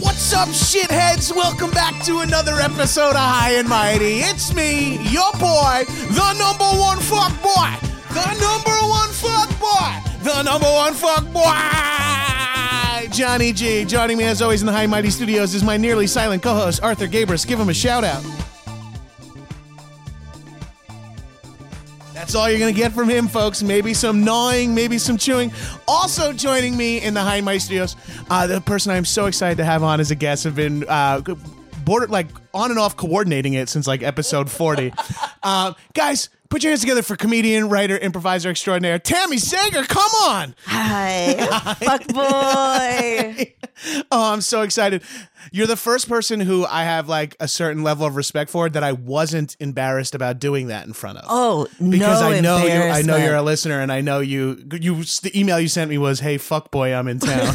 What's up, shitheads? Welcome back to another episode of High and Mighty. It's me, your boy, the number one fuck boy, the number one fuck boy, the number one fuck boy, Johnny G. Joining me, as always, in the High and Mighty studios is my nearly silent co-host Arthur Gabris. Give him a shout out. That's all you're going to get from him, folks. Maybe some gnawing, maybe some chewing. Also joining me in the High and Mighty Studios, uh, the person I'm so excited to have on as a guest. I've been uh, border, like on and off coordinating it since like episode 40. um, guys, put your hands together for comedian, writer, improviser extraordinaire, Tammy Sager. Come on. Hi, fuck boy. oh, I'm so excited. You're the first person who I have like a certain level of respect for that I wasn't embarrassed about doing that in front of. Oh, because no I know you I know embarrassment. you're a listener and I know you you the email you sent me was hey fuck boy I'm in town.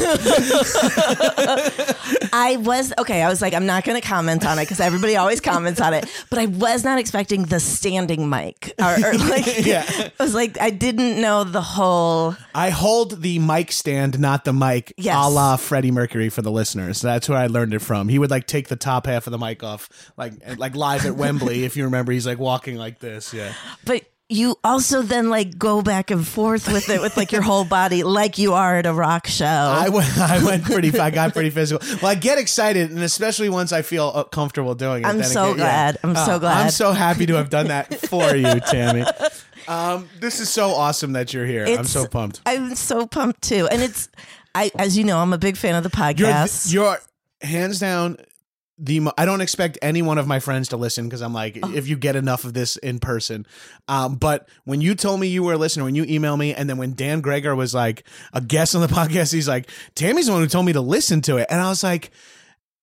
I was okay. I was like, I'm not going to comment on it because everybody always comments on it. But I was not expecting the standing mic. Or, or like, Yeah. I was like, I didn't know the whole. I hold the mic stand not the mic Yes. a la Freddie Mercury for the listeners. That's where I learned it from. He would like take the top half of the mic off like like live at Wembley if you remember he's like walking like this, yeah. But you also then like go back and forth with it with like your whole body, like you are at a rock show. I went. I went pretty. I got pretty physical. Well, I get excited, and especially once I feel uh, comfortable doing it. I'm then it so get- yeah. Uh, glad. I'm so I'm glad. so happy to have done that for you, Tammy. Um, this is so awesome that you're here. I'm It's- so pumped. I'm so pumped too, and it's. I, as you know, I'm a big fan of the You're, th- podcast. you're hands down the. Mo- I don't expect any one of my friends to listen because I'm like, Oh. if you get enough of this in person. Um, but when you told me you were a listener, when you emailed me, and then when Dan Gregor was like a guest on the podcast, he's like, Tammy's the one who told me to listen to it, and I was like.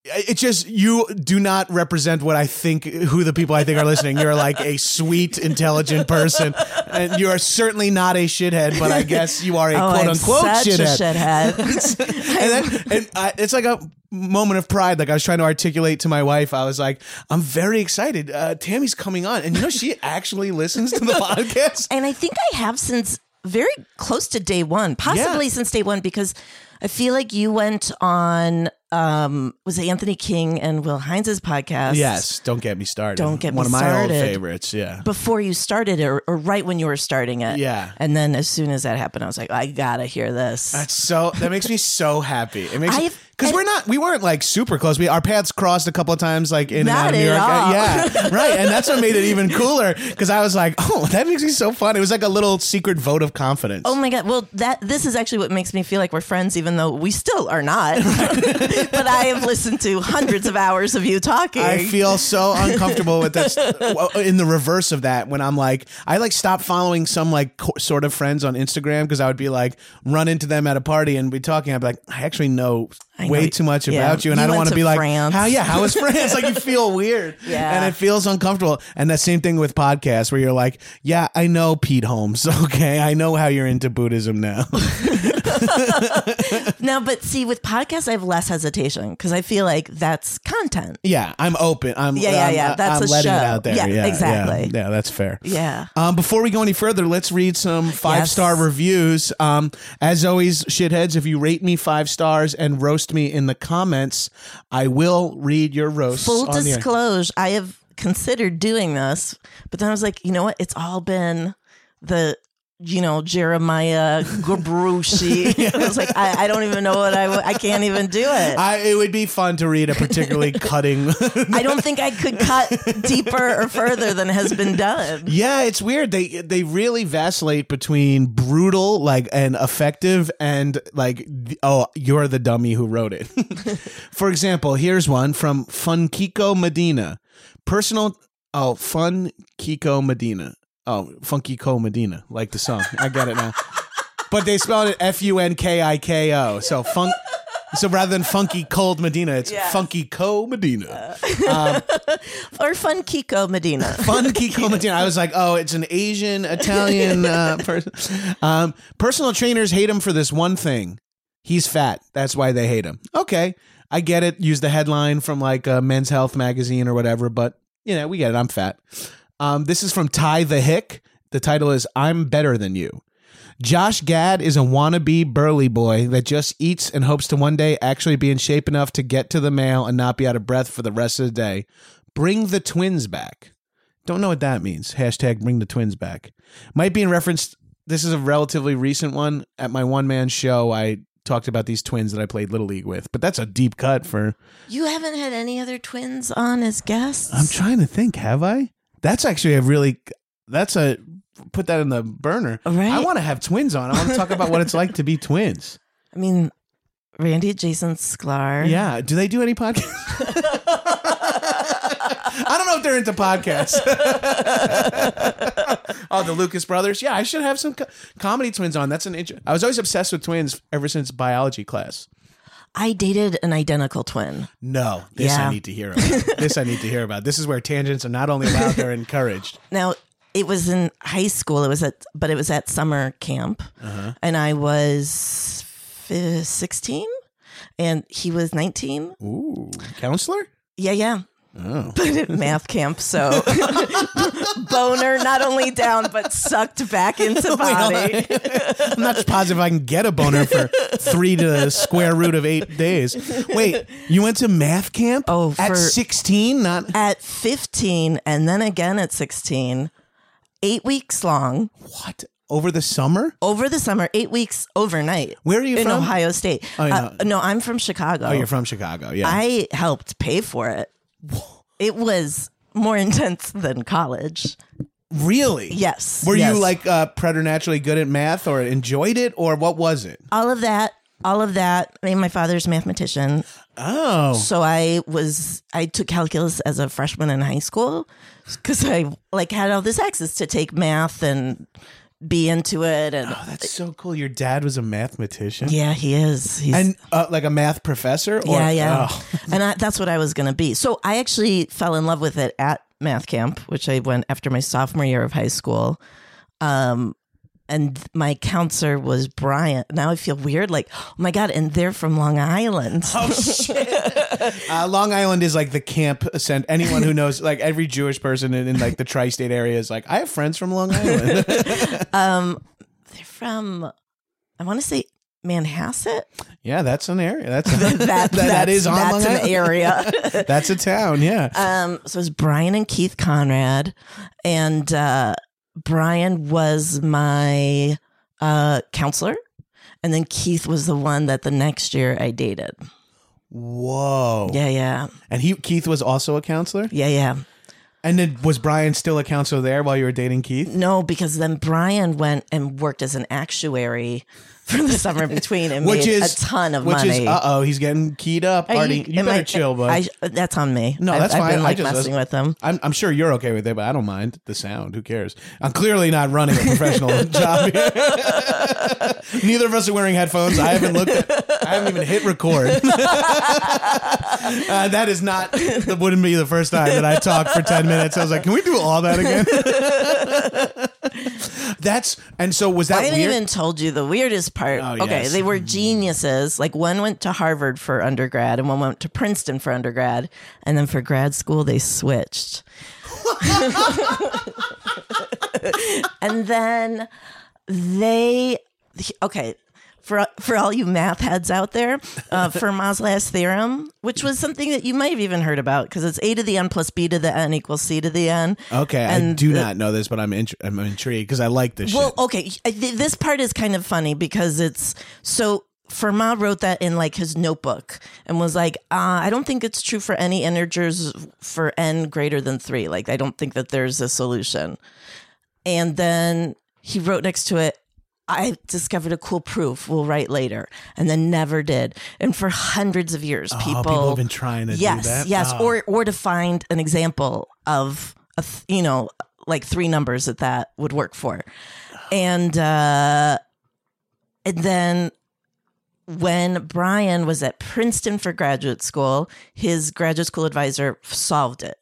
It just you do not represent what I think who the people I think are listening. You're like a sweet, intelligent person, and you are certainly not a shithead. But I guess you are a oh, quote I'm unquote such shithead a shithead. and then and I, it's like a moment of pride. Like I was trying to articulate to my wife, I was like, "I'm very excited. Uh, Tammy's coming on, and you know she actually listens to the podcast." and I think I have since very close to day one, possibly Yeah. since day one, because I feel like you went on um was it Anthony King and Will Hines' podcast? Yes, don't get me started. Don't get me One of my old started. favorites. Yeah. Before you started it or, or right when you were starting it. Yeah. And then as soon as that happened, I was like, I gotta hear this. That's so. That makes me so happy. It makes I've- because and- we're not. We weren't like super close. We our paths crossed a couple of times, like in and Not out of New at York. all. Yeah, right. And that's what made it even cooler. Because I was like, oh, that makes me so fun. It was like a little secret vote of confidence. Oh my god! Well, that this is actually what makes me feel like we're friends, even though we still are not. but I have listened to hundreds of hours of you talking. I feel so uncomfortable with this. well, In the reverse of that, when I'm like, I like stop following some like co- sort of friends on Instagram because I would be like, run into them at a party and be talking. I'd be like, I actually know I know way you- too much yeah. about you, and You I don't went want to to be like, France. how? Yeah, how is France? like you feel weird, Yeah. and it feels uncomfortable. And the same thing with podcasts, where you're like, yeah, I know Pete Holmes. Okay, I know how you're into Buddhism now. No, but see, with podcasts, I have less hesitation because I feel like that's content. yeah, I'm open. I'm Yeah, yeah, I'm- yeah. That's I'm a letting it show. out there. Yeah, exactly. Yeah, that's fair. Yeah. Um, before we go any further, let's read some five star reviews. Um, as always, shitheads, if you rate me five stars and roast me in the comments, I will read your roast. Full on the air. disclosure, I have considered doing this, but then I was like, you know what? It's all been the you know Jeremiah Gabrushi. I was like, I, I don't even know what I w- I can't even do it. I- I, it would be fun to read a particularly cutting. don't think I could cut deeper or further than has been done. yeah, it's weird. They they really vacillate between brutal, like, and effective, and like, th- oh, you're the dummy who wrote it. For example, here's one from Funkiko Medina. Personal, oh, Fun Kiko Medina. Oh, Funky Co Medina, like the song. I get it now. But they spelled it F U N K I K O. So funk. So rather than funky cold Medina, it's Yes. funky co Medina. Or fun Kiko Medina. fun Kiko Medina. I was like, oh, it's an Asian Italian uh, person. Um, personal trainers hate him for this one thing. He's fat. That's why they hate him. Okay, I get it. Use the headline from like uh, Men's Health magazine or whatever, but you know, we get it. I'm fat. Um, this is from Ty the Hick. The title is "I'm Better Than You." Josh Gad is a wannabe burly boy that just eats and hopes to one day actually be in shape enough to get to the mail and not be out of breath for the rest of the day. Bring the twins back. Don't know what that means. Hashtag bring the twins back. Might be in reference. This is a relatively recent one. At my one man show, I talked about these twins that I played Little League with, but that's a deep cut for. You haven't had any other twins on as guests. I'm trying to think, have I? That's actually a really. That's a. Put that in the burner. Right. I want to have twins on. I want to talk about what it's like to be twins. I mean, Randy Jason Sklar. Yeah. Do they do any podcasts? I don't know if they're into podcasts. oh, the Lucas brothers. Yeah, I should have some co- comedy twins on. That's an int- I was always obsessed with twins ever since biology class. I dated an identical twin. No, this I Yeah. need to hear about. this I need to hear about. This is where tangents are not only allowed, they're encouraged. Now it was in high school. It was at, but it was at summer camp, Uh-huh. and I was fi- sixteen, and he was nineteen. Ooh. Counselor? Yeah, yeah. Oh. But at math camp, so boner not only down but sucked back into body. I'm not positive I can get a boner for three to the square root of eight days. Wait, you went to math camp? Oh, at for- 16? Not At fifteen, and then again at sixteen, eight weeks long what? Over the summer? over the summer, eight weeks overnight. Where are you in from? Ohio State? Oh, yeah. Uh, no, I'm from Chicago. Oh, you're from Chicago. Yeah. I helped pay for it. It was more intense than college. really? Yes. Were yes. you like uh, preternaturally good at math or enjoyed it or what was it? all of that? All of that. I mean, my father's a mathematician, Oh. so I was I took calculus as a freshman in high school because I like had all this access to take math and be into it. And That's so cool. Your dad was a mathematician. yeah, he is. He's, And uh, like a math professor? Or, yeah, yeah. Oh. and I, that's what I was going to be. So I actually fell in love with it at math camp, which I went after my sophomore year of high school. Um, and my counselor was Brian. Now I feel weird. Like, oh my God, and they're from Long Island. Oh. Uh, Long Island is like the camp sent anyone who knows like every Jewish person in, in like the tri-state area is like I have friends from Long Island. Um, They're from, I want to say Manhasset. yeah, that's an area. That's That, that is on that's Long an Island. area. that's a town. Yeah. Um, so it was Brian and Keith Conrad, and uh, Brian was my uh, counselor, and then Keith was the one that the next year I dated. Whoa. Yeah, yeah, And he Keith was also a counselor. yeah, yeah. And then was Brian still a counselor there while you were dating Keith? No, because then Brian went and worked as an actuary for the summer in between and Which made is a ton of which money. is uh oh, he's getting keyed up. Are Artie, you, am better I- chill, bud. I, that's on me. No, I've- that's I've fine. been I like just- messing with them. I'm, I'm sure you're okay with it, but I don't mind the sound. Who cares? I'm clearly not running a professional job here. Neither of us are wearing headphones. I haven't looked at, I haven't even hit record. Uh, that is not, that wouldn't be the first time that I talked for 10 minutes. I was like, can we do all that again? That's, and so was I that haven't weird? even told you the weirdest part. Oh, Okay, yes. they were geniuses. Like one went to Harvard for undergrad and one went to Princeton for undergrad. And then for grad school, they switched. and then they, okay. For, for all you math heads out there, uh, Fermat's last theorem, which was something that you might have even heard about because it's a to the n plus b to the n equals c to the n. okay. I and do the- not know this, but I'm, int- I'm intrigued because I like this Well, shit. okay. I thi- This part is kind of funny because it's so Fermat wrote that in like his notebook and was like, uh, I don't think it's true for any integers for n greater than three. Like, I don't think that there's a solution. And then he wrote next to it, I discovered a cool proof. We'll write later. And then never did. And for hundreds of years, Oh, people, have been trying to yes, do that. Yes, Oh. or or to find an example of a th- you know like three numbers that that would work for, and uh, and then when Brian was at Princeton for graduate school, his graduate school advisor solved it.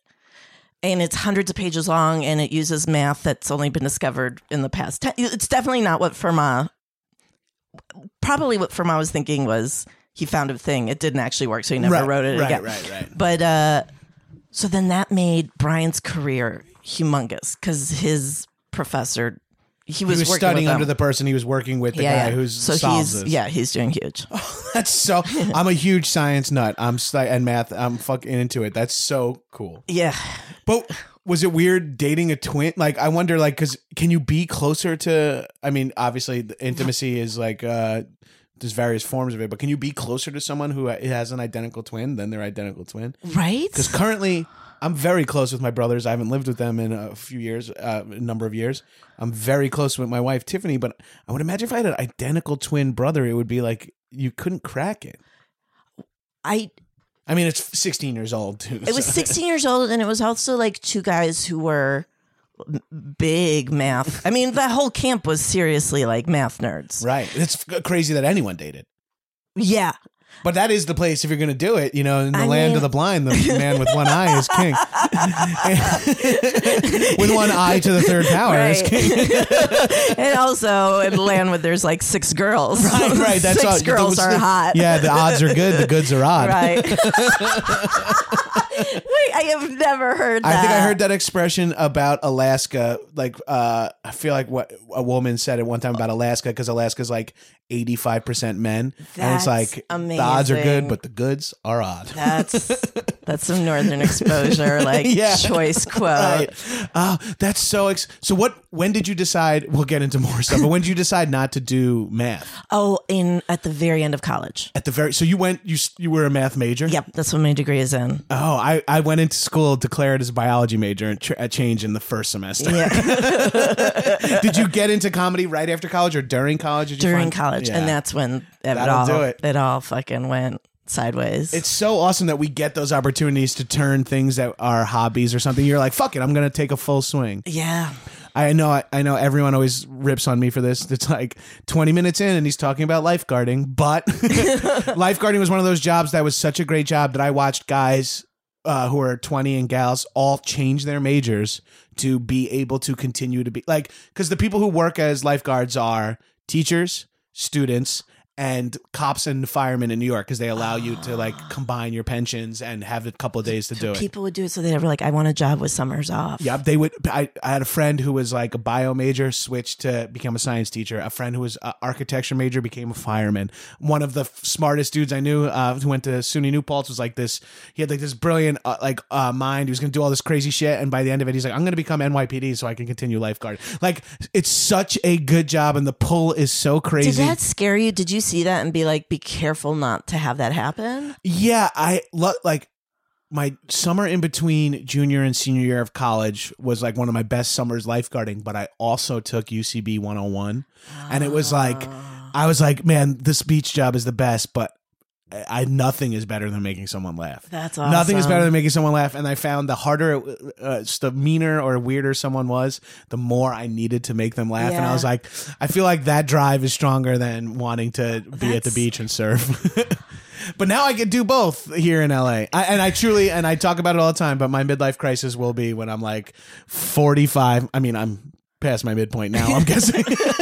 And it's hundreds of pages long, and it uses math that's only been discovered in the past. Ten- it's definitely not what Fermat. Probably what Fermat was thinking was he found a thing. It didn't actually work, so he never Right, wrote it right, again. right, right. But uh, so then that made Brian's career humongous because his professor, he was, he was working studying with under them. the person he was working with, the yeah, guy yeah. who's so solves he's this. Oh. yeah he's doing huge. That's so. I'm a huge science nut. I'm sci- and math. I'm fucking into it. That's so cool. Yeah, But was it weird dating a twin? Like, I wonder, like, because can you be closer to? I mean, obviously, the intimacy is like uh there's various forms of it, but can you be closer to someone who has an identical twin than their identical twin? right. Because currently, I'm very close with my brothers. I haven't lived with them in a few years, uh, a number of years. I'm very close with my wife Tiffany, but I would imagine if I had an identical twin brother, it would be like you couldn't crack it. I I mean, it's 16 years old too. it was 16 years old and it was also like two guys who were m- big math i mean that whole camp was seriously like math nerds right. It's f- crazy that anyone dated, yeah but that is the place if you're going to do it. You know, in the I land mean- of the blind, the man with one eye is king. with one eye to the third power is Right. king. and also in Lanwood, there's like six girls. Right, right. That's six all. girls those- are hot. Yeah, the odds are good. The goods are odd. right. Wait, I have never heard that. I think I heard that expression about Alaska. Like, uh, I feel like what a woman said at one time about Alaska because Alaska's like eighty five percent men, and it's That's like the odds are good, amazing. but the goods are odd. That's that's some northern exposure, like Yeah. choice quote. Right. Oh, that's so. Ex- so what? When did you decide? We'll get into more stuff. But when did you decide not to do math Oh, in at the very end of college. at the very? So you went. You s- you were a math major. Yep, that's what my degree is in. Oh, I, I went into school declared as a biology major and tr- a change in the first semester. Yeah, did you get into comedy right after college or during college? Did you during find- college, Yeah. and that's when it That'll all do it. it. all fucking went sideways. It's so awesome that we get those opportunities to turn things that are hobbies or something. You're like, fuck it, I'm gonna take a full swing. yeah, I know, I, know everyone always rips on me for this. It's like 20 minutes in and he's talking about lifeguarding, but lifeguarding was one of those jobs that was such a great job that I watched guys uh, who are 20 and gals all change their majors to be able to continue to be like, because the people who work as lifeguards are teachers, students, and cops and firemen in New York because they allow you to like combine your pensions and have a couple of days to do it. people would do it so they were like, "I want a job with summers off." Yeah, they would. I, I had a friend who was like a bio major, switched to become a science teacher. A friend who was a architecture major became a fireman. One of the f- smartest dudes I knew uh, who went to SUNY New Paltz was like this. He had like this brilliant uh, like uh, mind. He was going to do all this crazy shit, and by the end of it, he's like, "I'm going to become NYPD so I can continue lifeguard." Like, it's such a good job, and the pull is so Did crazy. that scare you? Did you see that and be like, "Be careful not to have that happen"? yeah, I lo- like. my summer in between junior and senior year of college was like one of my best summers lifeguarding, but I also took UCB 101 and it was like Ah. I was like, man, this beach job is the best, but I, I nothing is better than making someone laugh. That's awesome. Nothing is better than making someone laugh, and I found the harder, it- uh, the meaner or weirder someone was, the more I needed to make them laugh. And I Yeah. was like, I feel like that drive is stronger than wanting to be at the That's- beach and surf. but now I can do both here in LA, I, and I truly and I talk about it all the time. But my midlife crisis will be when I'm like 45. I mean, I'm past my midpoint now. I'm guessing.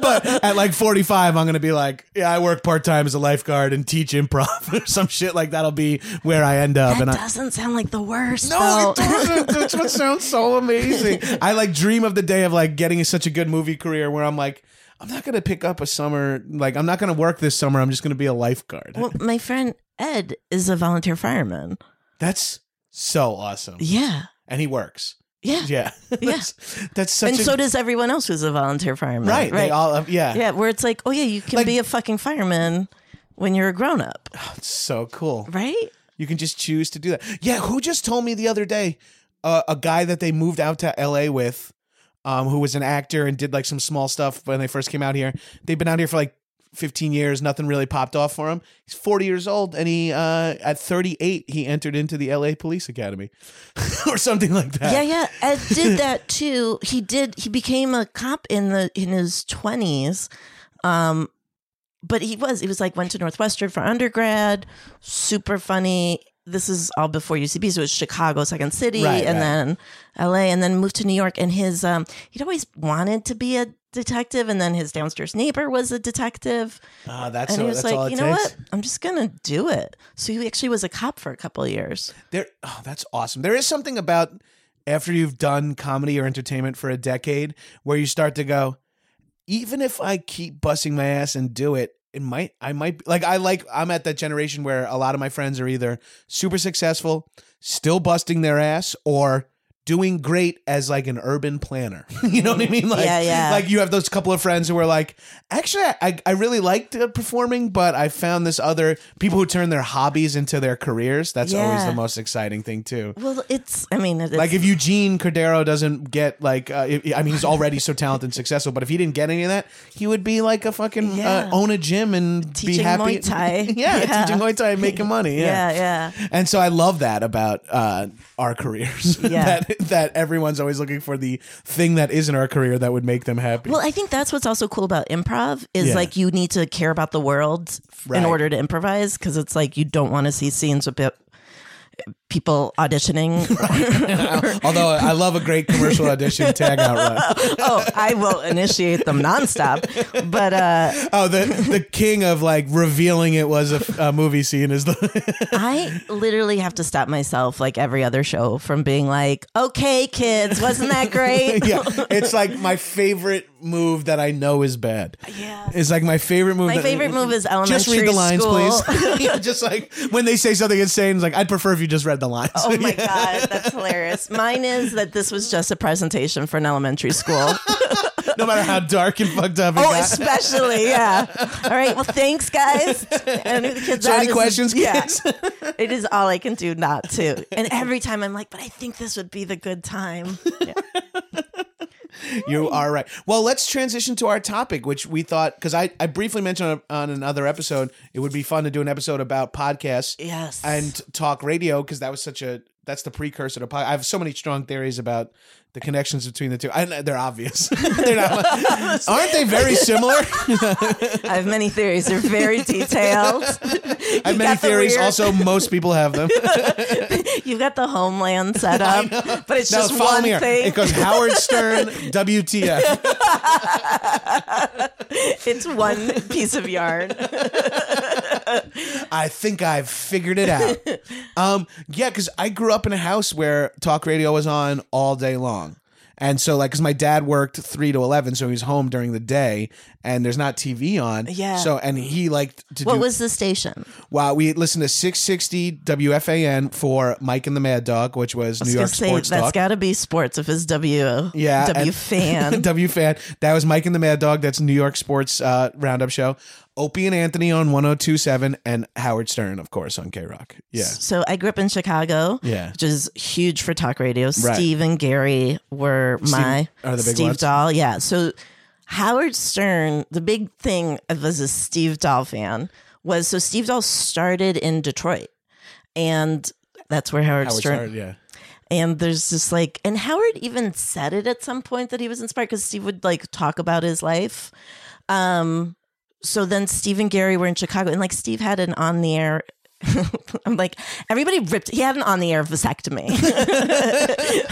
but at like 45 i'm gonna be like yeah i work part-time as a lifeguard and teach improv or some shit like that'll be where i end up That and i doesn't sound like the worst. no, it though. doesn't. That's what sounds so amazing. I like dream of the day of like getting such a good movie career where I'm like, I'm not gonna pick up a summer, like I'm not gonna work this summer. I'm just gonna be a lifeguard. Well, my friend Ed is a volunteer fireman. That's so awesome. Yeah. And he works. Yeah. Yeah, that's, that's such And a so does everyone else who's a volunteer fireman. right. Right. They all, um, yeah, yeah. Where it's like, oh, yeah, you can Like- be a fucking fireman when you're a grown up. It's so cool. Right. You can just choose to do that. Yeah, who just told me the other day uh, a guy that they moved out to LA with, um, who was an actor and did like some small stuff when they first came out here. They've been out here for like 15 years. Nothing really popped off for him. He's 40 years old, and he uh, at 38 he entered into the LA Police Academy or something like that. Yeah, yeah. Ed did that too. He did. He became a cop in the in his twenties, um, but he was he was like went to Northwestern for undergrad. Super funny. This is all before UCB, so it was Chicago, Second City, Right, and right. then L.A., and then moved to New York. And his um, he'd always wanted to be a detective, and then his downstairs neighbor was a detective, Ah, that's, and all- he was that's all it like, you know takes. what, I'm just gonna do it. So he actually was a cop for a couple of years. There, oh, that's awesome. There is something about after you've done comedy or entertainment for a decade where you start to go, even if I keep busting my ass and do it, it might, I might, like, I like, I'm at that generation where a lot of my friends are either super successful, still busting their ass, or doing great as like an urban planner. you know what I mean? Like, Yeah, yeah. like you have those couple of friends who are like, actually, I, I really liked uh, performing, but I found this other people who turn their hobbies into their careers. That's always Yeah. the most exciting thing too. Well, it's I mean, it's, Like if Eugene Cordero doesn't get like, uh, if- I mean, he's already so talented and successful, but if he didn't get any of that, he would be like a fucking uh, Yeah. own a gym and be Teaching happy. Muay Thai. yeah, Yeah. teaching Muay Thai and making money. yeah, Yeah. yeah. And so I love that about uh, our careers. Yeah. that that everyone's always looking for the thing that isn't our career that would make them happy. Well, I think that's what's also cool about improv is Yeah. like you need to care about the world Right. in order to improvise because it's like you don't want to see scenes with pe- people auditioning. Although I love a great commercial audition tag out run. oh, I will initiate them nonstop. But uh, Oh, the the king of like revealing it was a, a movie scene is the I literally have to stop myself, like every other show, from being like, "Okay, kids, wasn't that great?" yeah. It's like my favorite move that I know is bad. Yeah. It's like my favorite move. My that- favorite move is elementary Just read the lines, school. please. yeah, just like when they say something insane, it's like I'd prefer if you just read the lines. Oh my god, that's hilarious. Mine is that this was just a presentation for an elementary school. no matter how dark and fucked up. It Oh, got. especially, yeah. All right. Well, thanks, guys. And the kids, So that any is- questions, yeah. kids? it is all I can do not to. And every time I'm like, but I think this would be the good time. Yeah. You are right. Well, let's transition to our topic, which we thought because I, I briefly mentioned on another episode it would be fun to do an episode about podcasts Yes. and talk radio because that was such a that's the precursor to pod. I have so many strong theories about the connections between the two. I, they're obvious. they're not, aren't they very similar? I have many theories. They're very detailed. I have many got the theories. weird- Also, most people have them. You've got the homeland set up, but it's No, just follow one me. here. thing. It goes Howard Stern, WTF. it's one piece of yarn. I think I've figured it out. um, yeah, because I grew up in a house where talk radio was on all day long. And so, like, because my dad worked three to eleven, so he was home during the day, and there's not TV on. Yeah. So, and he liked to What do. was the station? Wow, we listened to 660 WFAN for Mike and the Mad Dog, which was New York Just say sports that's talk. got to be sports if it's W. Yeah, W and- fan. W fan. That was Mike and the Mad Dog. That's New York sports uh, roundup show. Opie and Anthony on 1027 and Howard Stern, of course, on K Rock. Yeah. So I grew up in Chicago, Yeah. which is huge for talk radio. Right. Steve and Gary were my are the big Steve ones? Dahl. Yeah. So Howard Stern, the big thing was a Steve Dahl fan was so Steve Dahl started in Detroit, and that's where Howard, Howard Stern. Stern, yeah. And there's just like, and Howard even said it at some point that he was inspired because Steve would like talk about his life. Um, so then Steve and Gary were in Chicago, and like Steve had an on the air. I'm like, everybody ripped. He had an on the air vasectomy.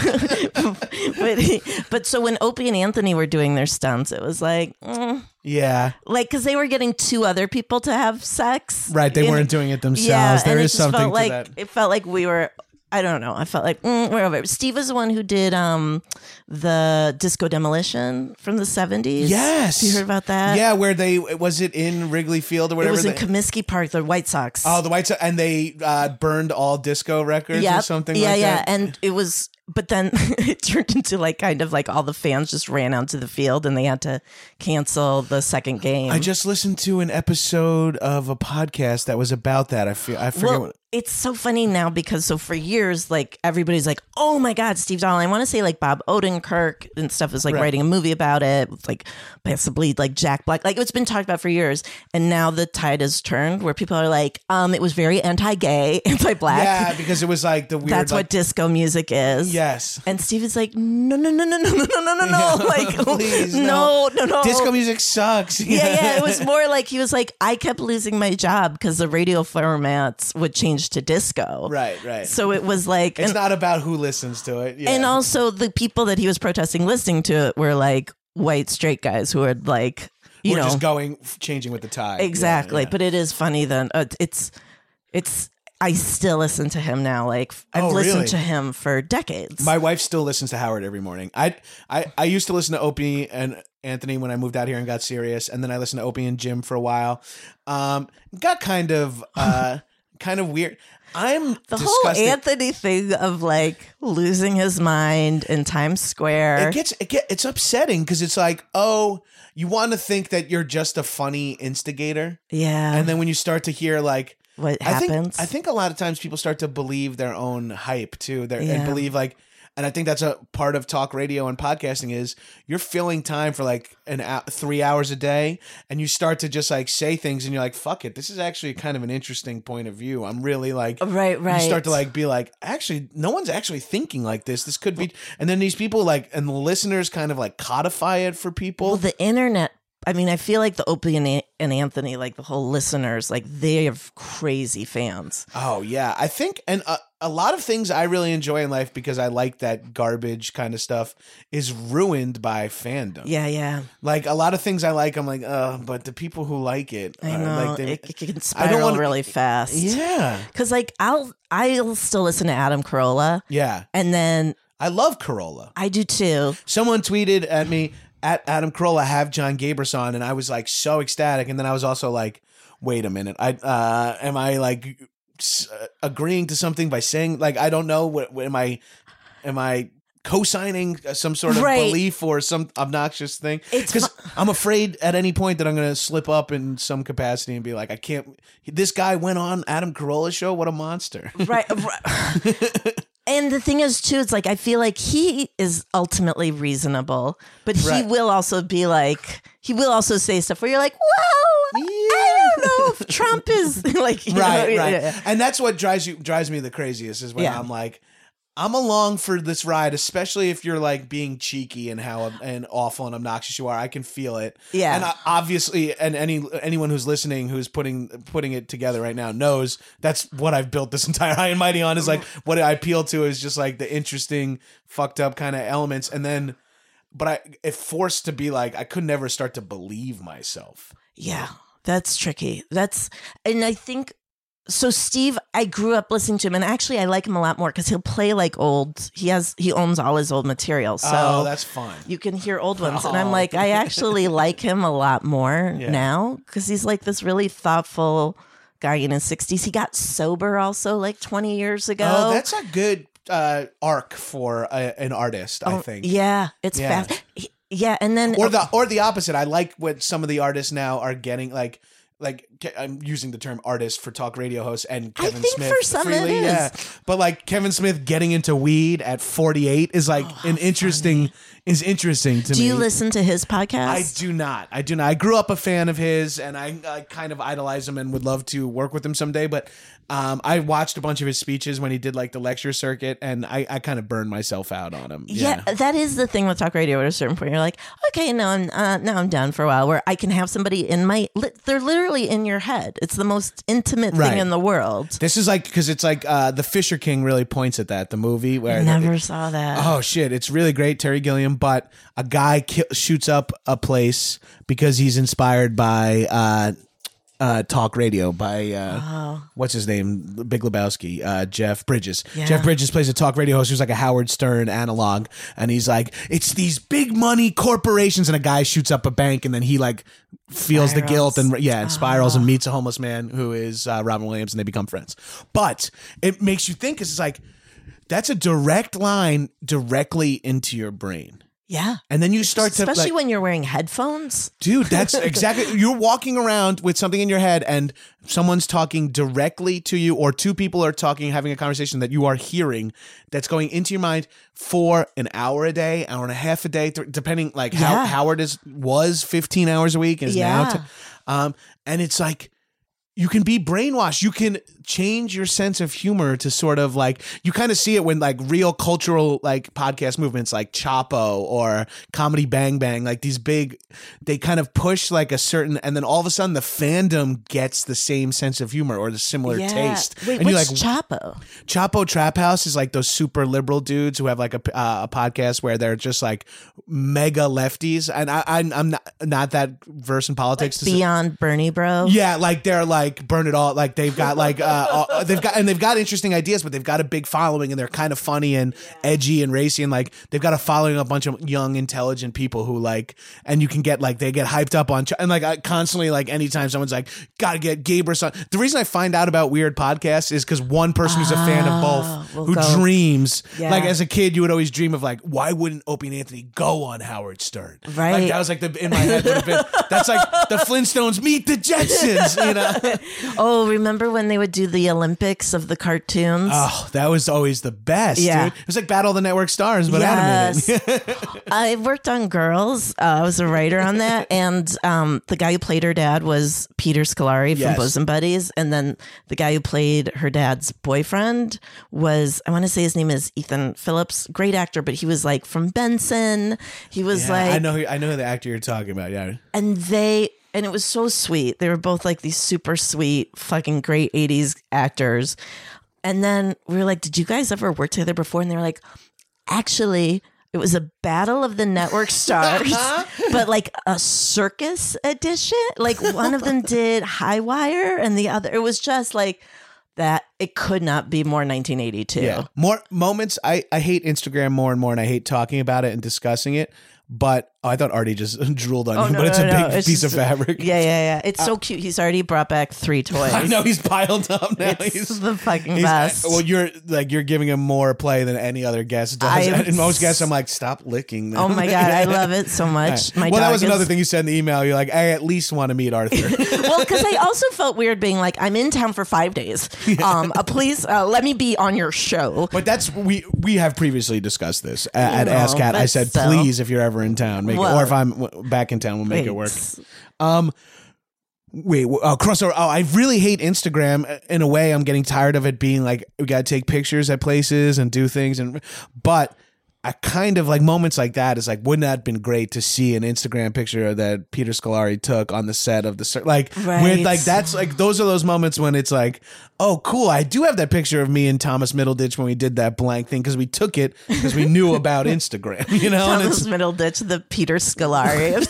but, he, but so when Opie and Anthony were doing their stunts, it was like, mm, Yeah. like, because they were getting two other people to have sex. Right. They You know? weren't doing it themselves. and there it is just something felt to like, that. It felt like we were. I don't know. I felt like mm, we're over. it. Steve is the one who did um the disco demolition from the seventies. Yes. you heard about that? Yeah, where they was it in Wrigley Field or it whatever. was in They- Comiskey Park, the White Sox. oh, the White Sox, and they uh, burned all disco records or Yep. something. Yeah, like yeah, That. and it was. But then it turned into like kind of like all the fans just ran out to the field and they had to cancel the second game. I just listened to an episode of a podcast that was about that. I feel I forget. well, what, it's so funny now because so for years, like everybody's like, "Oh my God, Steve Dahl." I want to say like Bob Odenkirk and stuff is like Right. writing a movie about it, with, like possibly like Jack Black. Like it's been talked about for years, and now the tide has turned where people are like, "Um, it was very anti-gay, anti-black. yeah, because it was like the weird. That's like, what disco music is." Yes. And Steve is like, "No, no, no, no, no, no, no, no, no! Yeah. Like, Please, no, no, no, Disco music sucks. Oh. yeah, yeah. It was more like he was like, I kept losing my job because the radio formats would change to disco. Right, right. So it was like, it's and, not about who listens to it. Yeah. and also the people that he was protesting listening to it were like white straight guys who had like, you We're know, just going f- changing with the tide. exactly. Yeah, yeah. But it is funny then. Uh, it's, it's, I still listen to him now. Like I've Oh, listened really? to him for decades. My wife still listens to Howard every morning. I I, I used to listen to Opie and Anthony when I moved out here and got serious, and then I listened to Opie and Jim for a while. Um, got kind of uh, kind of weird. I'm the disgusted. whole Anthony thing of like losing his mind in Times Square. It gets it get, it's upsetting because it's like oh you want to think that you're just a funny instigator, yeah. and then when you start to hear like what I think- happens? I think a lot of times people start to believe their own hype too. Their, Yeah. And believe like, and I think that's a part of talk radio and podcasting is you're filling time for like an hou- three hours a day, and you start to just like say things, and you're like, "Fuck it, this is actually kind of an interesting point of view." I'm really like, Right, right. You start to like be like, actually, no one's actually thinking like this. This could be, and then these people like, and the listeners kind of like codify it for people. Well, the internet. I mean, I feel like the Opie and, A- and Anthony, like the whole listeners, like they have crazy fans. Oh yeah, I think and a, a lot of things I really enjoy in life because I like that garbage kind of stuff is ruined by fandom. Yeah, yeah. Like a lot of things I like, I'm like, uh, but the people who Uh, like it, I are, know. like, they, it, it can spiral wanna- e-, really fast. yeah, Because like I'll I'll still listen to Adam Carolla, yeah. and then I love Corolla. I do too. Someone tweeted at me at Adam Carolla have John Gabris on, and I was like so ecstatic, and then I was also like, wait a minute, I uh, am I like s- uh, agreeing to something by saying like I don't know what, what am I am I co-signing uh, some sort of Right. belief or some obnoxious thing It's because I'm afraid at any point that I'm going to slip up in some capacity and be like I can't this guy went on Adam Carolla's show what a monster right, right. and the thing is too it's like i feel like he is ultimately reasonable but he Right. will also be like he will also say stuff where you're like whoa i Yeah. don't know if trump is like you know, right right yeah. and that's what drives you drives me the craziest is when Yeah. i'm like i'm along for this ride especially if you're like being cheeky and how and awful and obnoxious you are i can feel it Yeah. and I, obviously and any anyone who's listening who's putting putting it together right now knows that's what i've built this entire high and mighty on is like what i appeal to is just like the interesting fucked up kind of elements and then but i it forced to be like i could never start to believe myself yeah that's tricky that's and i think so steve i grew up listening to him and actually i like him a lot more because he'll play like old he has he owns all his old material so oh that's fun you can hear old ones. And Oh. I'm like, I actually like him a lot more Yeah. now because he's like this really thoughtful guy in his 60s. He got sober also like 20 years ago. Oh, that's a good uh, arc for a, an artist, I Oh, think. Yeah, it's Yeah. fast. He- yeah, and then Or the or the opposite. I like what some of the artists now are getting like like Ke- I'm using the term artist for talk radio host and I Kevin think Smith for some it freely, is. yeah. But like Kevin Smith getting into weed at 48 is like an interesting is interesting to Oh, Do me. you listen to his podcast? I do not. I do not. I grew up a fan of his, and I, I kind of idolize him and would love to work with him someday. But um, I watched a bunch of his speeches when he did like the lecture circuit, and I, I kind of burned myself out on him. Yeah. uh that is the thing with talk radio. At a certain point, you're like, okay, now I'm uh, now I'm done for a while. Where I can have somebody in my, li- they're literally in your head. It's the most intimate Right. thing in the world. This is like because it's like uh, the Fisher King really points at that the movie where Never saw that. Oh shit! It's really great, Terry Gilliam. But a guy ki- shoots up a place because he's inspired by uh, uh, talk radio by uh, what's his name, The Big Lebowski, uh, Jeff Bridges. Yeah. Jeff Bridges plays a talk radio host who's like a Howard Stern analog, and he's like, "It's these big money corporations," and a guy shoots up a bank, and then he like feels the guilt and yeah, and spirals Ah. and meets a homeless man who is uh, Robin Williams, and they become friends. But it makes you think because it's like that's a direct line directly into your brain. yeah, And then you start to especially like, when you're wearing headphones. dude, that's exactly you're walking around with something in your head and someone's talking directly to you or two people are talking having a conversation that you are hearing that's going into your mind for an hour a day, hour and a half a day, th- depending like how Yeah. Howard is was 15 hours a week is now Yeah. t- um and it's like you can be brainwashed. You can change your sense of humor to sort of like you kind of see it when like real cultural like podcast movements like Chapo or Comedy Bang Bang, like these big they kind of push like a certain and then all of a sudden the fandom gets the same sense of humor or the similar yeah. taste. Wait, and you're like what's Chapo? Chapo Trap House is like those super liberal dudes who have like a, uh, a podcast where they're just like mega lefties. And I, I'm, I'm not, not that versed in politics. to say- Beyond Bernie Bro. yeah, like they're like burn it all. Like they've got like uh, all- they've got and they've got interesting ideas, but they've got a big following and they're kind of funny and edgy and racy and like they've got a following a bunch of young intelligent people who like and you can get like they get hyped up on ch- and like I constantly like anytime someone's like gotta get Gabrus on. The reason I find out about weird podcasts is because one person who's a fan of both Ah, we'll who go- dreams Yeah. like as a kid you would always dream of like why wouldn't Opie and Anthony go on Howard Stern like Right. that was like the in my head would have been that's like the Flintstones meet the Jetsons, you know. Oh, remember when they would do the Olympics of the cartoons? Oh, that was always the best, Yeah. dude. It was like Battle of the Network Stars, but animated. I worked on Girls. Uh, I was a writer on that, and um, the guy who played her dad was Peter Scolari from Yes. Bosom Buddies, and then the guy who played her dad's boyfriend was I want to say his name is Ethan Phillips, great actor, but he was like from Benson. He was Yeah, like, I know who, I know who the actor you're talking about. Yeah. and they. And it was so sweet. They were both like these super sweet, fucking great 80s actors. And then we were like, Did you guys ever work together before? And they were like, Actually, it was a battle of the network stars, but like a circus edition. Like one of them did High Wire and the other, it was just like that. It could not be more 1982. Yeah. More moments I, I hate Instagram more and more and I hate talking about it and discussing it. But oh, I thought Artie just drooled on you, Oh, no, but it's no, a no, big it's piece just- uh, of fabric. Uh, Yeah, yeah, yeah. It's so cute. He's already brought back three toys. I know he's piled up now. It's he's the fucking he's- uh, best. Well, you're like you're giving him more play than any other guest does. I'm- and most guests, I'm like, stop licking. Them. Oh my god, I love it so much. My well, that dog was another is- thing you said in the email. You're like, I at least want to meet Arthur. Well, because I also felt weird being like, I'm in town for five days. Um, uh, please uh, let me be on your show. but that's we we have previously discussed this at, at No, Ask Cat. I but said, still. please, if you're ever in town, make it, Well, or if I'm w- back in town, we'll make it work. Thanks. Um, wait, w- oh, crossover. Oh, I really hate Instagram. Uh, In a way, I'm getting tired of it being like we gotta take pictures at places and do things, and but. I kind of like moments like that is like, wouldn't that have been great to see an Instagram picture that Peter Scolari took on the set of the cir- like with Right. like that's like those are those moments when it's like, oh cool, I do have that picture of me and Thomas Middleditch when we did that blank thing because we took it because we knew about Instagram, you know. And it's- Thomas Middle Ditch, the Peter Scolari of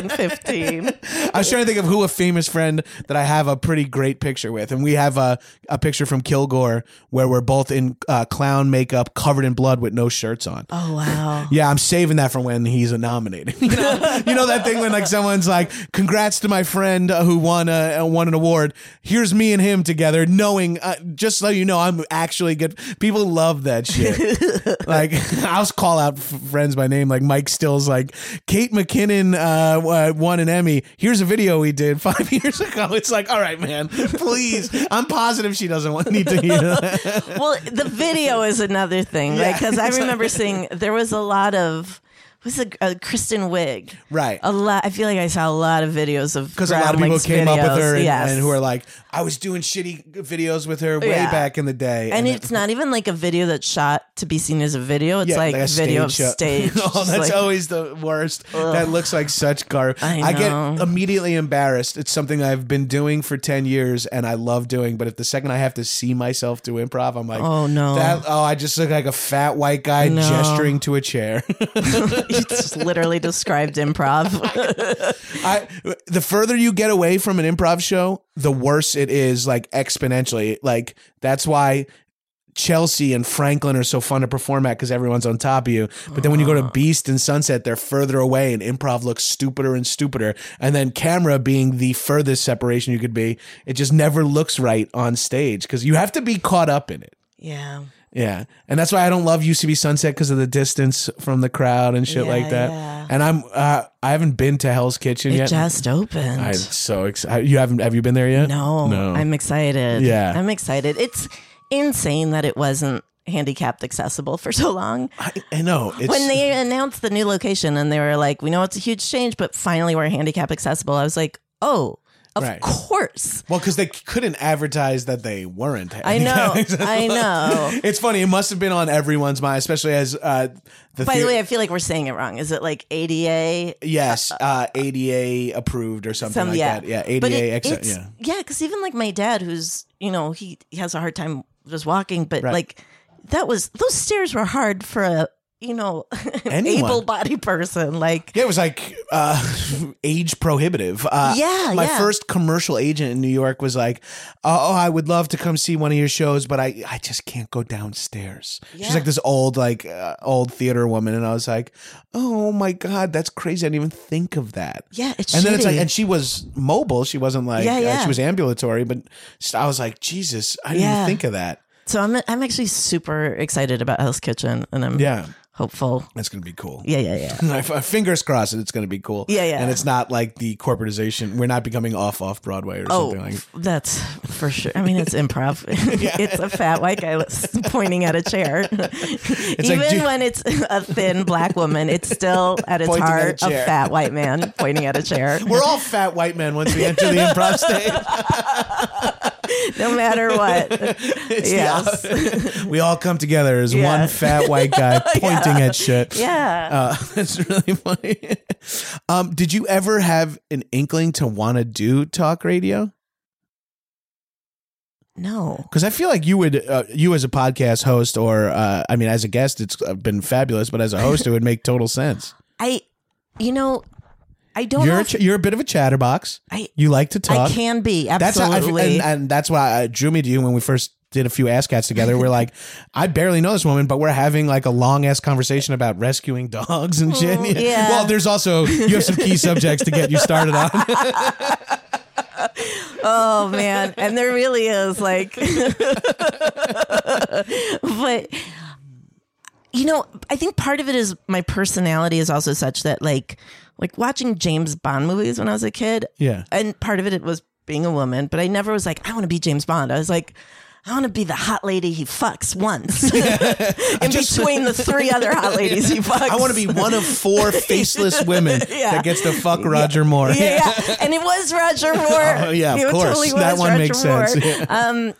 2015. I was trying to think of who a famous friend that I have a pretty great picture with, and we have a, a picture from Kilgore where we're both in uh, clown makeup, covered in blood, with no shirts on. Oh wow. Yeah, I'm saving that for when he's nominated. You know, you know that thing when like uh, someone's like, "Congrats to my friend uh, who won a uh, won an award." Here's me and him together, knowing, uh, just so you know, I'm actually good. People love that shit. like, I'll call out f- friends by name. Like, Mike Still's like, Kate McKinnon uh, w- won an Emmy. Here's a video we did five years ago. It's like, all right, man, please. I'm positive she doesn't want, need to hear that. well, the video is another thing, right? Yeah, Because I remember seeing there was a lot of was a, uh Kristen Wiig, Right. A lot. I feel like I saw a lot of videos of Because a lot of people Groundling's came up with her videos, and, yes. and who are like, I was doing shitty videos with her way Yeah. back in the day. And it- it's not even like a video that's shot to be seen as a video. It's Yeah, like, a stage video of shot. stage. oh, Just that's like- always the worst. That looks like such garbage. I know. get immediately embarrassed. It's something I've been doing for ten years, and I love doing. But if the second I have to see myself do improv, I'm like, Oh, no. that, oh, I just look like a fat white guy No. gesturing to a chair. you just literally described improv. I the further you get away from an improv show, the worse it is, like exponentially. Like that's why Chelsea and Franklin are so fun to perform at because everyone's on top of you. But then when you go to Uh-huh. Beast and Sunset, they're further away, and improv looks stupider and stupider. And then camera being the furthest separation you could be, it just never looks right on stage because you have to be caught up in it. yeah. Yeah, and that's why I don't love UCB Sunset because of the distance from the crowd and shit Yeah, like that. yeah. And I'm uh, I haven't been to Hell's Kitchen It yet. just opened. I'm so excited. You haven't? Have you been there yet? no, No. I'm excited. Yeah. I'm excited. It's insane that it wasn't handicapped accessible for so long. I, I know. It's, when they announced the new location and they were like, we know it's a huge change, but finally we're handicap accessible, I was like, oh, of Right. course. well, because they couldn't advertise that they weren't. I know. I know. It's funny. It must have been on everyone's mind, especially as uh, the. By the thea- way, I feel like we're saying it wrong. Is it like ADA? yes, uh, ADA approved or something Some like yeah, that. Yeah, But ADA it- accept- it's- uh, Yeah. yeah. Because even like my dad, who's you know he, he has a hard time just walking, but Right. like that was those stairs were hard for a you know Anyone. able-bodied person. Like Yeah, it was like uh, age prohibitive. Uh, Yeah, my yeah. first commercial agent in New York was like, "Oh, I would love to come see one of your shows, but I, I just can't go downstairs." She's Yeah. like this old, like uh, old theater woman, and I was like, "Oh my god, that's crazy! I didn't even think of that." yeah, it's And then it's like, shitty. and she was mobile. She wasn't like, Yeah, uh, yeah. she was ambulatory, but s- I was like, Jesus, I didn't Yeah. think of that. so I'm I'm actually super excited about Hell's Kitchen, and I'm Yeah, hopeful. that's gonna be cool. Yeah, yeah, yeah. My f- uh, fingers crossed that it's going to be cool. Yeah, yeah. And it's not like the corporatization. We're not becoming off off Broadway or Oh, something like. f- that's for sure. I mean, it's improv. it's a fat white guy s- pointing at a chair. Even like, do- when it's a thin black woman, it's still at its Pointing at a heart a, chair. fat white man pointing at a chair. We're all fat white men once we enter the improv stage. no matter Uh, what. It's the Yes. opposite. we all come together as Yeah. one fat white guy pointing at shit. Yeah. Uh, that's really funny. um, did you ever have an inkling to want to do talk radio? No. Because I feel like you would, uh, you as a podcast host, or uh, I mean, as a guest, it's uh, been fabulous. But as a host, it would make total sense. I, you know, I don't You're know. a if ch- you're a bit of a chatterbox. I, You like to talk. I can be. That's how I, f- Absolutely. and, and that's why uh, drew me to you when we first did a few ass cats together. We're like, I barely know this woman, but we're having like a long ass conversation about rescuing dogs and shit. Mm, yeah. Well, there's also you have some key subjects to get you started on. oh man and there really is like but you know i think part of it is my personality is also such that like like watching james bond movies when i was a kid Yeah. and part of it, it was being a woman but i never was like i want to be james bond i was like I want to be the hot lady he fucks once in just- between the three other hot ladies he fucks. I want to be one of four faceless women Yeah. that gets to fuck Roger Moore. Yeah, yeah. And it was Roger Moore. Oh, yeah, of It course. totally That was one Roger makes Moore. sense, yeah. Um,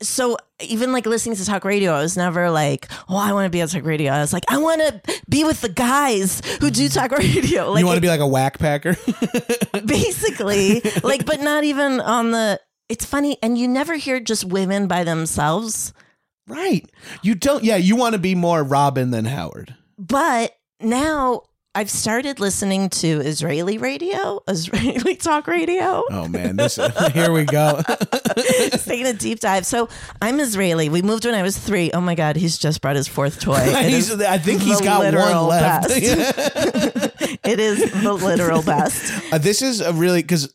so even like listening to talk radio, I was never like, "Oh, I want to be on talk radio." I was like, "I want to be with the guys who do talk radio." Like, you want to it- be like a whack packer? basically like, but not even on the. It's funny, and you never hear just women by themselves, right. You don't. Yeah. You want to be more Robin than Howard. but now. I've started listening to Israeli radio, Israeli talk radio. Oh man, this here we go. Just taking a deep dive. So I'm Israeli. We moved when I was three. Oh my God, he's just brought his fourth toy. It He's- is I think the he's got one literal left. best. it is the literal best. Uh, this is a really because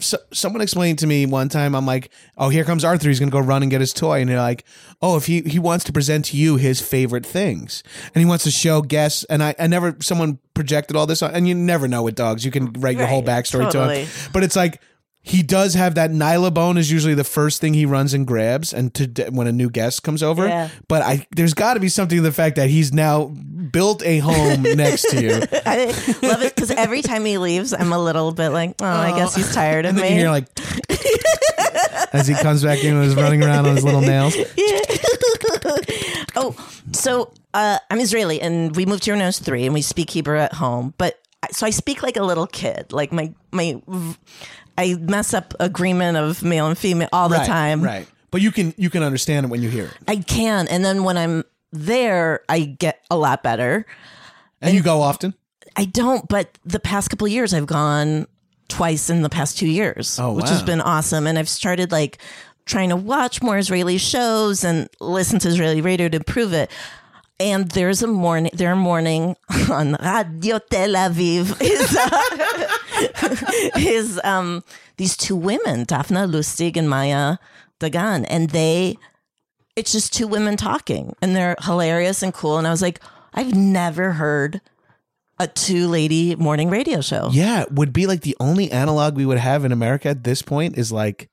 so, someone explained to me one time. I'm like, oh, here comes Arthur. He's gonna go run and get his toy. And you're like, oh, if he he wants to present to you his favorite things, and he wants to show guests. And I, I never someone projected all this on, and you never know with dogs. You can write your whole Right, backstory to totally. them, but it's like. He does have that Nyla bone is usually the first thing he runs and grabs, and to, when a new guest comes over. Yeah. But I, there's got to be something to the fact that he's now built a home next to you. I love it because every time he leaves, I'm a little bit like, oh, I guess he's tired of And then me. you hear like as he comes back in and is running around on his little nails. oh, so uh, I'm Israeli, and we moved here when I was three, and we speak Hebrew at home. But so I speak like a little kid, like my my. I mess up agreement of male and female all the Right, time. Right. But you can you can understand it when you hear it. I can, and then when I'm there, I get a lot better. And you go often. I don't, but the past couple of years I've gone twice in the past two years, Oh, which has wow. been awesome. And I've started like trying to watch more Israeli shows and listen to Israeli radio to improve it. And there's a morning, their morning on Radio Tel Aviv is, uh, is um, these two women, Daphna Lustig and Maya Dagan, and they it's just two women talking and they're hilarious and cool. And I was like, I've never heard a two lady morning radio show. Yeah, it would be like the only analog we would have in America at this point is like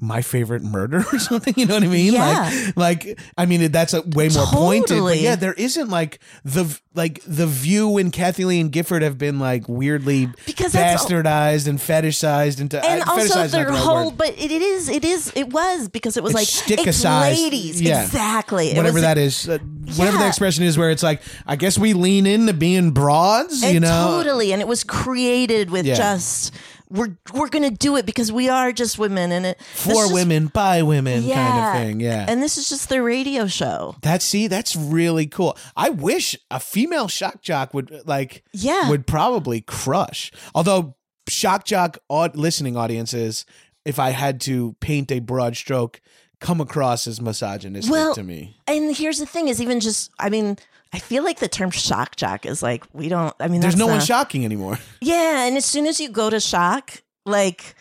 my favorite murder or something. You know what I mean? Yeah. Like, like I mean that's a way more pointed. But Totally. yeah, there isn't like the like the View and Kathy Lee and Gifford have been like weirdly Because that's all- bastardized and fetishized into And uh, fetishized is also not their the right whole, word. but it, it is, it is, it was because it was It's like it's shtickicized. ladies, Yeah. exactly. It whatever was- that is, uh, whatever Yeah. the expression is, where it's like, I guess we lean into being broads, you it know? totally, and it was created with Yeah. just we're we're gonna do it because we are just women, and it this For is- women, by women, kind of thing. Yeah. and this is just their radio show. that see, that's really cool. I wish a female shock jock would like, Yeah. would probably crush. Although shock jock aud- listening audiences, if I had to paint a broad stroke, come across as misogynistic Well, to me. And here's the thing: is even just, I mean, I feel like the term shock jock is like we don't. I mean, There's that's no one not- shocking anymore. Yeah, and as soon as you go to shock, like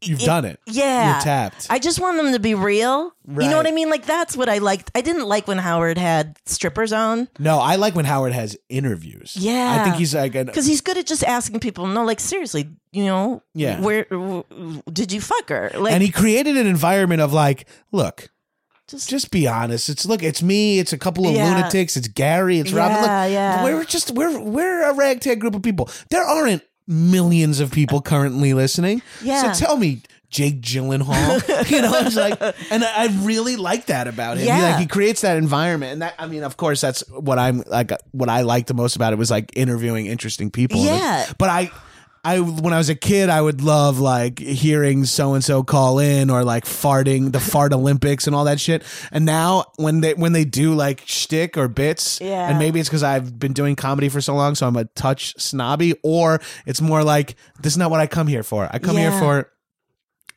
You've done it. yeah, You're tapped. I just want them to be real. You Right. know what I mean? Like that's what I liked. I didn't like when Howard had strippers on no, I like when Howard has interviews. Yeah. I think he's like an because he's good at just asking people. No, like seriously, you know, Yeah. where w- w- did you fuck her? Like, and he created an environment of like, look, Just- just, be honest. It's look, it's me, it's a couple of Yeah. lunatics, it's Gary, it's Robin. Yeah, look, yeah. we're just we're we're a ragtag group of people. There aren't millions of people currently listening. Yeah. So tell me, Jake Gyllenhaal, you know, it's like, and I I really like that about him. He, Yeah. like he creates that environment, and that I mean, of course, that's what I'm like. What I liked the most about it was like interviewing interesting people. And Yeah. it's- but I I when I was a kid, I would love like hearing so and so call in or like farting the fart Olympics and all that shit. And now when they when they do like shtick or bits, Yeah. and maybe it's because I've been doing comedy for so long, so I'm a touch snobby, or it's more like this is not what I come here for. I come Yeah. here for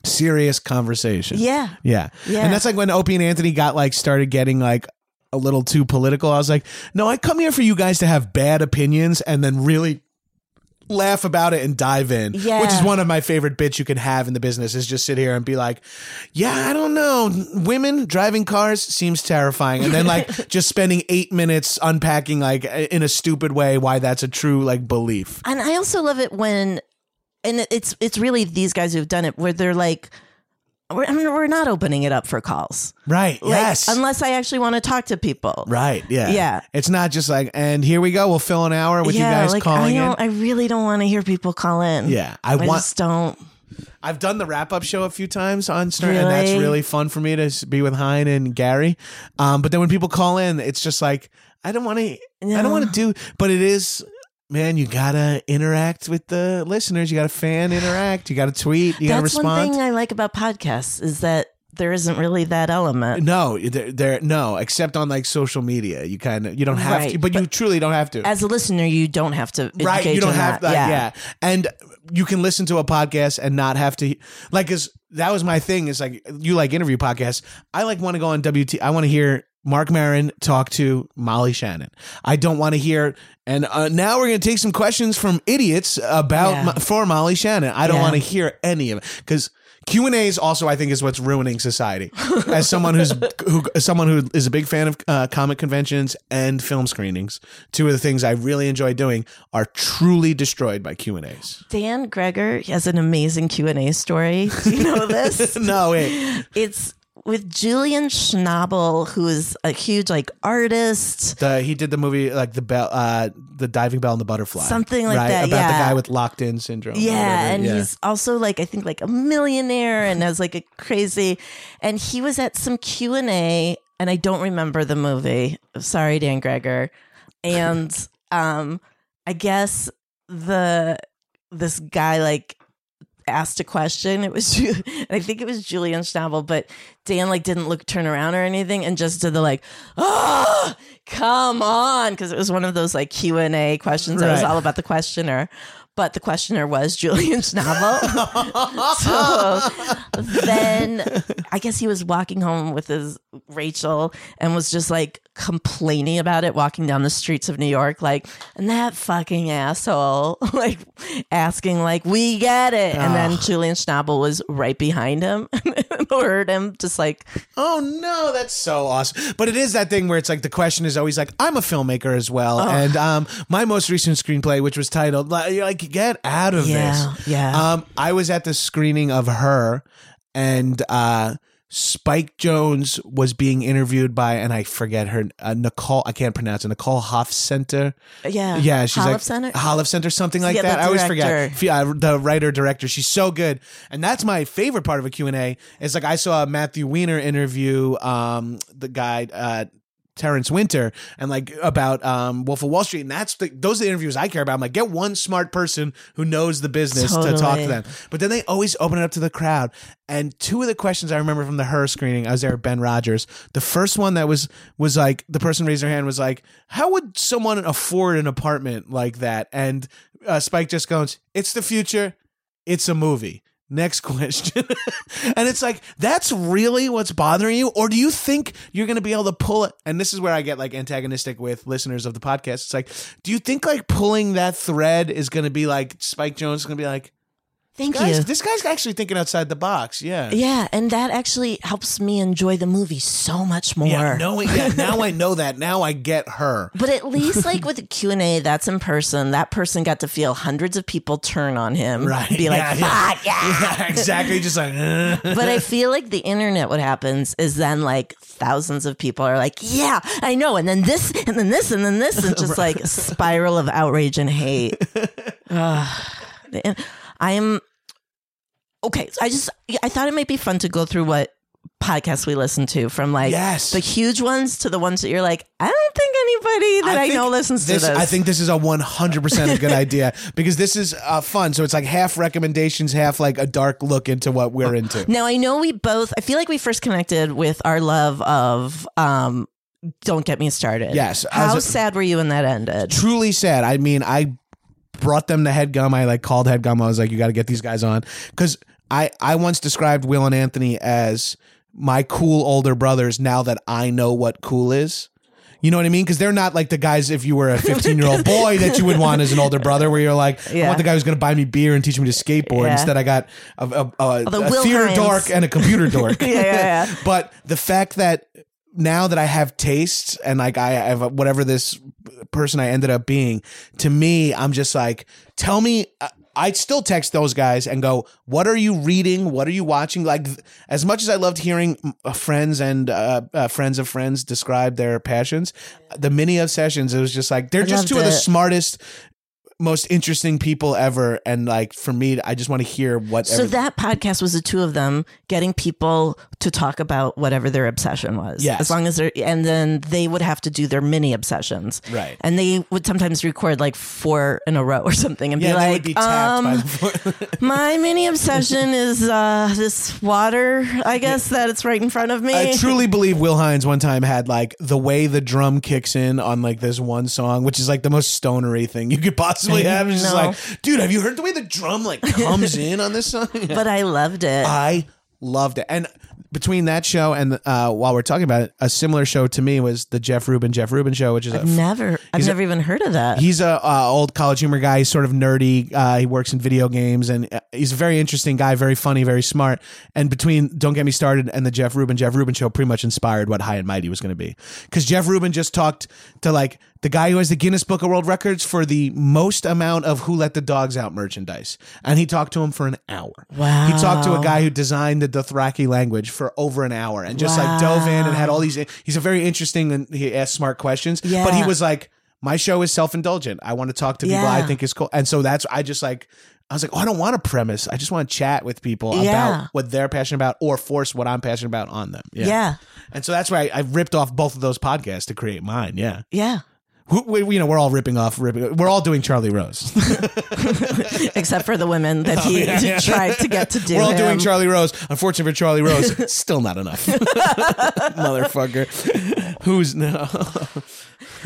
serious conversation. yeah, Yeah. Yeah. And that's like when Opie and Anthony got like started getting like a little too political. I was like, no, I come here for you guys to have bad opinions and then really laugh about it and dive in. Yeah. Which is one of my favorite bits you can have in the business is just sit here and be like, yeah, I don't know. Women driving cars seems terrifying. And then like just spending eight minutes unpacking like in a stupid way why that's a true like belief. and I also love it when, and it's it's really these guys who've done it where they're like, we're, I mean, we're not opening it up for calls. Right. Like, yes. Unless I actually want to talk to people. Right. Yeah. Yeah. It's not just like, and here we go. We'll fill an hour with you guys like, calling I in. don't, I really don't want to hear people call in. Yeah, I want- just don't. I've done the wrap up show a few times on Stern, and that's Really? really fun for me to s- be with Hein and Gary. Um, but then when people call in, it's just like I don't want to. I No. don't want to do. But it is, man. You gotta interact with the listeners. You gotta fan interact. You gotta tweet. You gotta That's one respond. thing I like about podcasts is that there isn't really that element. no, there, there, no. Except on like social media, you kind of you don't have Right, to, but, you truly don't have to. As a listener, you don't have to. right engage you don't in have that. that yeah. and you can listen to a podcast and not have to like is that was my thing is like you like interview podcasts i like want to go on wt i want to hear Mark Marin talk to Molly Shannon. I don't want to hear. And uh, now we're going to take some questions from idiots about Yeah. Mo- for Molly Shannon. I don't Yeah. want to hear any of it because Q and A's also I think is what's ruining society. As someone who's who, as someone who is a big fan of uh, comic conventions and film screenings, two of the things I really enjoy doing are truly destroyed by Q and A's. Dan Greger has an amazing Q and A story. Do you know this? No, wait, It's with Julian Schnabel, who is a huge like artist. the, he did the movie like the bell, uh, the diving bell and the butterfly, Something like right? that, about the yeah. guy with locked in syndrome. or Yeah, whatever. and he's also like I think like a millionaire and has like a crazy and he was at some Q&A and I don't remember the movie. Sorry Dan Greger. And um I guess the this guy like asked a question. It was Ju- and I think it was Julian Schnabel, but Dan like didn't look turn around or anything and just did the like, oh, come on, because it was one of those like Q and A questions that was Right. all about the questioner. But the questioner was Julian Schnabel. so then I guess he was walking home with his Rachel and was just like complaining about it walking down the streets of New York, like, and that fucking asshole, like asking, like, we get it. And then Julian Schnabel was right behind him and heard him just like, Oh no, that's so awesome. But it is that thing where it's like the question is always like, I'm a filmmaker as Oh. well. And um my most recent screenplay, which was titled like, you're like, get out of Yeah, this. yeah. Um I was at the screening of her and uh Spike Jones was being interviewed by, and I forget her, uh, Nicole, I can't pronounce it, Nicole Hoff Center. yeah. Yeah, she's Hollow like Center? Holliv Center, something like Yeah, that. the I always forget. director. F- uh, The writer director, she's so good, and that's my favorite part of a Q and A. Is like I saw a Matthew Weiner interview, um, the guy. Uh, Terrence Winter and like about um, Wolf of Wall Street, and that's the, those are the interviews I care about. I'm like, get one smart person who knows the business to talk to Totally. them. But then they always open it up to the crowd. And two of the questions I remember from the her screening, I was there with Ben Rogers. The first one that was was like the person raised their hand was like, "How would someone afford an apartment like that?" And uh, Spike just goes, "It's the future. It's a movie." Next question. and it's like, that's really what's bothering you? Or do you think you're going to be able to pull it? And this is where I get like antagonistic with listeners of the podcast. It's like, do you think like pulling that thread is going to be like Spike Jones is going to be like, Thank guys, you. this guy's actually thinking outside the box. Yeah. yeah. And that actually helps me enjoy the movie so much more. Yeah, knowing yeah, now I know that. Now I get her. But at least like with the Q&A, that's in person. That person got to feel hundreds of people turn on him. Right. Be like, fuck, yeah. Yeah, exactly. Just like eh. But I feel like the internet, what happens is then like thousands of people are like, yeah, I know. And then this, and then this, and then this, and just like a spiral of outrage and hate. Ugh. And I am okay. So I just, I thought it might be fun to go through what podcasts we listen to from like Yes. the huge ones to the ones that you're like, I don't think anybody that I, think know listens this, to this. I think this is a 100% a good idea because this is uh, fun. So it's like half recommendations, half like a dark look into what we're into. Now I know we both. I feel like we first connected with our love of um. Don't get me started. Yes, as How a- sad were you when that ended? Truly sad. I mean, I brought them to Headgum. I like called Headgum. I was like, you got to get these guys on. Because I, I once described Will and Anthony as my cool older brothers now that I know what cool is. You know what I mean? Because they're not like the guys if you were a 15 year old boy that you would want as an older brother, where you're like, I Yeah. want the guy who's going to buy me beer and teach me to skateboard. Yeah. Instead, I got a, a, a, Although a Will theater Hines- dork and a computer dork. yeah, yeah, yeah. but the fact that now that I have tastes and like I have whatever this person I ended up being, to me, I'm just like, tell me. I- I still text those guys and go, "What are you reading? What are you watching?" Like, th- as much as I loved hearing mm, uh, friends and uh, uh, friends of friends describe their passions, the mini obsessions, it was just like they're just loved two of the it. smartest, most interesting people ever. And like for me, I just want to hear what. So that podcast was the two of them getting people to talk about whatever their obsession was. Yes. As long as they're, and then they would have to do their mini obsessions. Right. And they would sometimes record like four in a row or something and yeah, be they like, would be tapped um, by the. my mini obsession is uh, this water, I guess, that it's right in front of me. I truly believe Will Hines one time had like the way the drum kicks in on like this one song, which is like the most stonery thing you could possibly have. It's just No. like, dude, have you heard the way the drum like comes in on this song? but I loved it. I loved it. And between that show and uh, while we're talking about it, a similar show to me was the Jeff Rubin Jeff Rubin show, which is a I've never, I've he's a- never even heard of that. He's a uh, old college humor guy. He's sort of nerdy. Uh, he works in video games, and uh, he's a very interesting guy. Very funny, very smart. And between "Don't Get Me Started" and the Jeff Rubin Jeff Rubin show, pretty much inspired what High and Mighty was going to be. Because Jeff Rubin just talked to like the guy who has the Guinness Book of World Records for the most amount of "Who Let the Dogs Out" merchandise, and he talked to him for an hour. Wow. He talked to a guy who designed the Dothraki language for over an hour, and just like dove in and had all these. He's a very interesting and he asked smart questions. But he Yeah. was was like, my show is self indulgent. I want to talk to people I Yeah. think is cool. And so that's, I just like, I was like, oh, I don't want a premise. I just want to chat with people Yeah. about what they're passionate about or force what I'm passionate about on them. Yeah. Yeah. And so that's why I, I ripped off both of those podcasts to create mine. Yeah. yeah. Who- We, we- you know, we're all ripping off, ripping. We're all doing Charlie Rose. Except for the women that he tried to get to do. Oh, we're all doing him. Charlie Rose. Unfortunately for Charlie Rose, it's still not enough. Motherfucker. Who's no?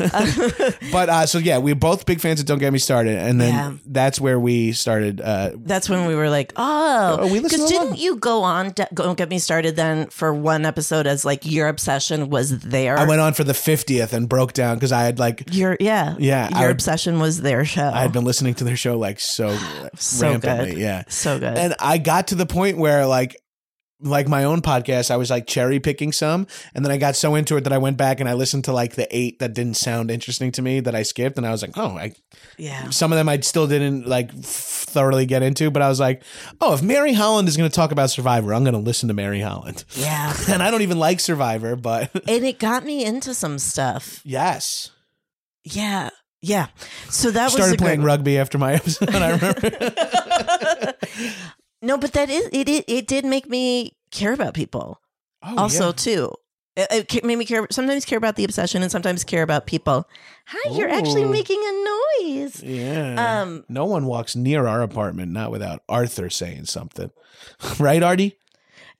but uh, so yeah, we're both big fans of Don't Get Me Started, and then Yeah. that's where we started. Uh, That's when we were like, oh, Oh, we listened because to a didn't lot. you go on? d- Don't get me started. Then for one episode, as like your obsession was there. I went on for the fiftieth and broke down because I had like your yeah Yeah, I Your would- obsession was their show. I had been listening to their show like so, Oh. so rampantly. good. Yeah, so good. and I got to the point where like like my own podcast, I was like cherry picking some, and then I got so into it that I went back and I listened to like the eight that didn't sound interesting to me that I skipped, and I was like, oh, I, yeah, some of them I still didn't like thoroughly get into, but I was like, oh, if Mary Holland is going to talk about Survivor, I'm going to listen to Mary Holland, yeah. and I don't even like Survivor, but And it got me into some stuff. yes, Yeah, yeah. So that was a started great- playing rugby after my episode. I remember. No, but that is it. It, it did make me care about people. Oh, also yeah. too. It, it ca- made me care. Sometimes care about the obsession, and sometimes care about people. Hi, you're actually Ooh. making a noise. Yeah. Um, no one walks near our apartment not without Arthur saying something. right, Artie?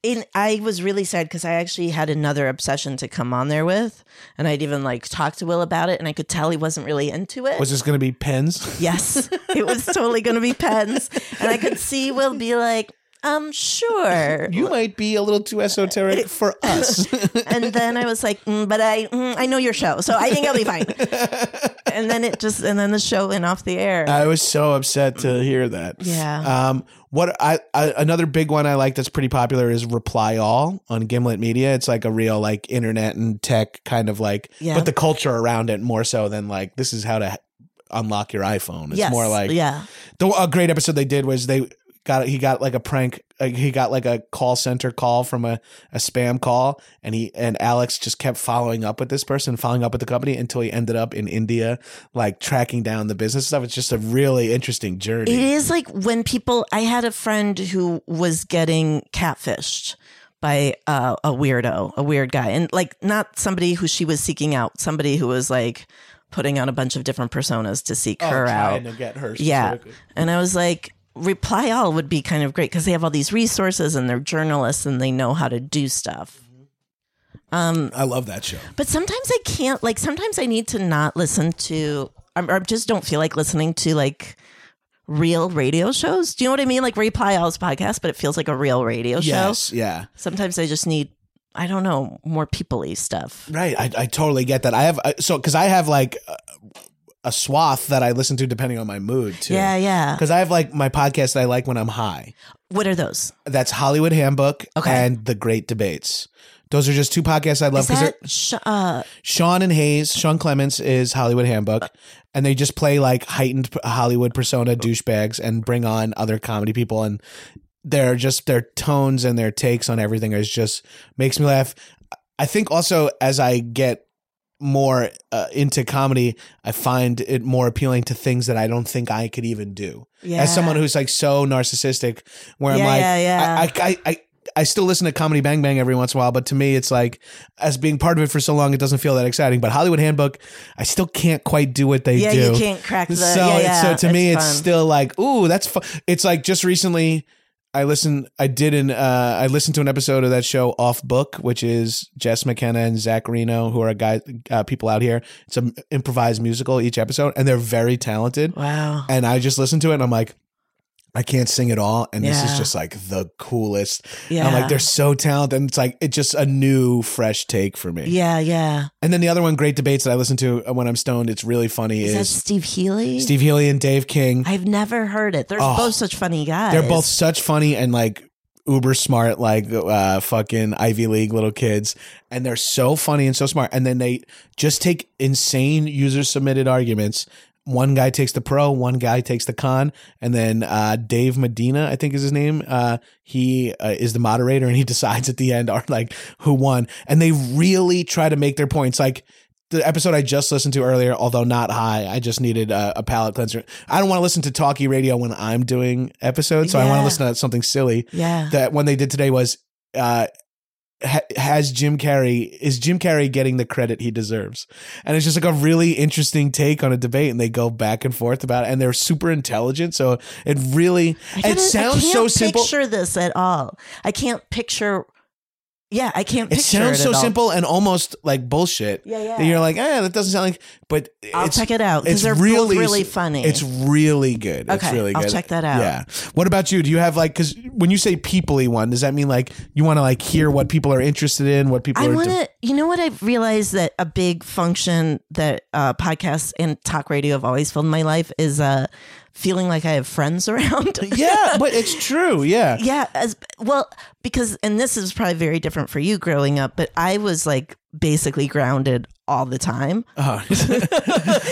and I was really sad because I actually had another obsession to come on there with, and I'd even like talked to Will about it, and I could tell he wasn't really into it. Was this going to be pens? yes, it was totally going to be pens, and I could see Will be like, um, sure. You might be a little too esoteric for us. and then I was like, mm, but I, mm, I know your show, so I think I'll be fine. and then it just, and then the show went off the air. I was so upset to hear that. Mm. Yeah. Um. What I, I another big one I like that's pretty popular is Reply All on Gimlet Media. It's like a real like internet and tech kind of like, Yeah. but the culture around it more so than like this is how to unlock your iPhone. It's yes, more like yeah, the a great episode they did was they got he got like a prank uh, he got like a call center call from a, a spam call and he and alex just kept following up with this person following up with the company until he ended up in india like tracking down the business stuff it's just a really interesting journey it is like when people. I had a friend who was getting catfished by uh, a weirdo, a weird guy, and like not somebody who she was seeking out, somebody who was like putting on a bunch of different personas to seek Oh, her out. trying to get her Yeah. specifically. And I was like, Reply All would be kind of great because they have all these resources and they're journalists and they know how to do stuff. i love that show But sometimes I can't, like, sometimes I need to not listen to, or or just don't feel like listening to, like, real radio shows. Do you know what I mean? Like Reply All's podcast, but it feels like a real radio show. yes yeah Sometimes I just need, I don't know, more people y stuff. Right. I, I totally get that. I have, I, so, cause I have like a, a swath that I listen to depending on my mood too. Yeah, yeah. Cause I have like my podcast that I like when I'm high. What are those? That's Hollywood Handbook Okay. and The Great Debates. Those are just two podcasts I love Is because that, sh- uh, Sean and Hayes, Sean Clements is Hollywood Handbook, and they just play like heightened p- Hollywood persona douchebags and bring on other comedy people, and they're just their tones and their takes on everything is just makes me laugh. I think also as I get more uh, into comedy, I find it more appealing to things that I don't think I could even do. yeah. As someone who's like so narcissistic, where Yeah, I'm like, yeah, yeah. I, I, I, I, I still listen to Comedy Bang Bang every once in a while, but to me, it's like as being part of it for so long, it doesn't feel that exciting. But Hollywood Handbook, I still can't quite do what they yeah, do. you can't crack the. so, yeah, it- yeah, so to me, it's fun. still like, ooh, that's fun. It's like just recently. I listened. I did an. Uh, I listened to an episode of that show Off Book, which is Jess McKenna and Zach Reno, who are guy uh, people out here. It's an improvised musical each episode, and they're very talented wow. and I just listened to it and I'm like, I can't sing at all. And this is Yeah. just like the coolest. Yeah. I'm like, they're so talented. And it's like, it's just a new, fresh take for me. Yeah, yeah. And then the other one, Great Debates, that I listen to when I'm stoned, it's really funny, Is, that is, Steve Healy? Steve Healy and Dave King. I've never heard it. They're Oh. both such funny guys. They're both such funny and like uber smart, like uh, fucking Ivy League little kids. And they're so funny and so smart. And then they just take insane user submitted arguments. One guy takes the pro, one guy takes the con, and then uh, Dave Medina, I think is his name. Uh, he uh, is the moderator, and he decides at the end, are like who won, and they really try to make their points. Like the episode I just listened to earlier, although not high, I just needed a, a palate cleanser. I don't want to listen to talkie radio when I'm doing episodes, so I want Yeah. to listen to something silly. Yeah. That one they did today was uh, ha- has Jim Carrey is Jim Carrey getting the credit he deserves, and it's just like a really interesting take on a debate, and they go back and forth about it, and they're super intelligent, so it really I gotta- it I sounds can't so simple. picture this at all. I can't picture. Yeah, I can't It picture sounds it so at all. simple and almost like bullshit. Yeah, yeah. That you're like, eh, that doesn't sound like. But I'll it's, check it out it's because they're really- both really funny. It's really good. it's Okay, really I'll good. check that out. Yeah. What about you? Do you have like because when you say peoply one, does that mean like you want to like hear what people are interested in, what people I are? want to. You know what? I've realized that a big function that uh, podcasts and talk radio have always filled my life is uh, feeling like I have friends around. yeah, but it's true. Yeah. yeah as well because and this is probably very different for you growing up but i was like basically grounded all the time Uh-huh.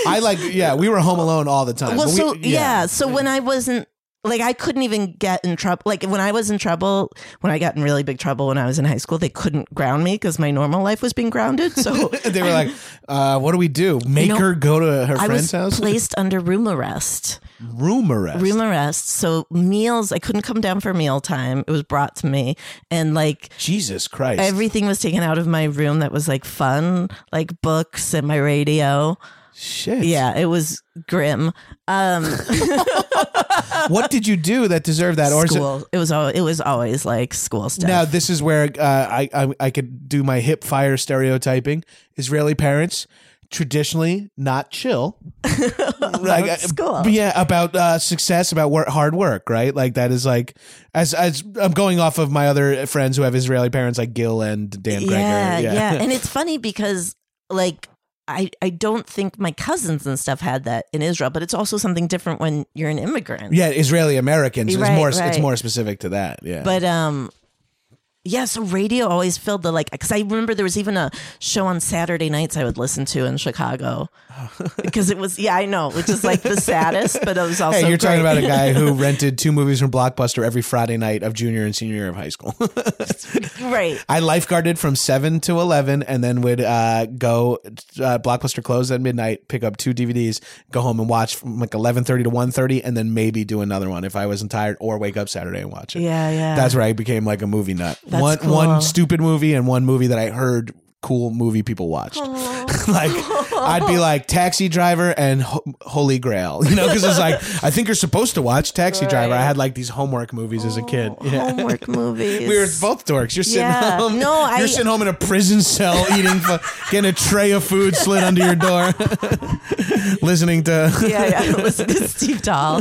I like. Yeah, we were home alone all the time. well Uh, but we- so yeah. so when i wasn't like i couldn't even get in trouble like when i was in trouble when i got in really big trouble when i was in high school they couldn't ground me because my normal life was being grounded so they were like, uh, "What do we do? Make know, her go to her i was friend's house? placed under room arrest Room arrest. room arrest so meals i couldn't come down for meal time it was brought to me and like Jesus Christ! Everything was taken out of my room that was like fun, like books and my radio. Shit. Yeah, it was grim. Um, What did you do that deserved that? Or is it, school. It, was al- it was always like school stuff. Now this is where uh, I, I I could do my hip fire stereotyping. Israeli parents traditionally not chill. like uh, school. but yeah, about uh, success, about work, hard work, right? Like that is like as as I'm going off of my other friends who have Israeli parents, like Gil and Dan yeah, Greger. yeah, and it's funny because like I I don't think my cousins and stuff had that in Israel, but it's also something different when you're an immigrant. yeah, Israeli Americans is Right, more it's right. more specific to that. Yeah, But um yeah, so radio always filled the like because I remember there was even a show on Saturday nights I would listen to in Chicago Oh. because it was yeah I know which is like the saddest but it was also hey, you're talking great. about a guy who rented two movies from Blockbuster every Friday night of junior and senior year of high school. right I lifeguarded from seven to eleven, and then would uh, go uh, Blockbuster close at midnight, pick up two DVDs, go home and watch from like eleven thirty to one thirty, and then maybe do another one if I wasn't tired, or wake up Saturday and watch it. yeah yeah That's where I became like a movie nut. That's one cool. one stupid movie and one movie that I heard cool movie people watched. like I'd be like Taxi Driver and Ho- Holy Grail, you know, because it's like I think you're supposed to watch Taxi Driver. I had like these homework movies as a kid. Yeah. homework movies We were both dorks. You're sitting Yeah. home. No, I- You're sitting home in a prison cell, eating, fu- getting a tray of food slid under your door, listening to. yeah, yeah. Listen to Steve Dahl,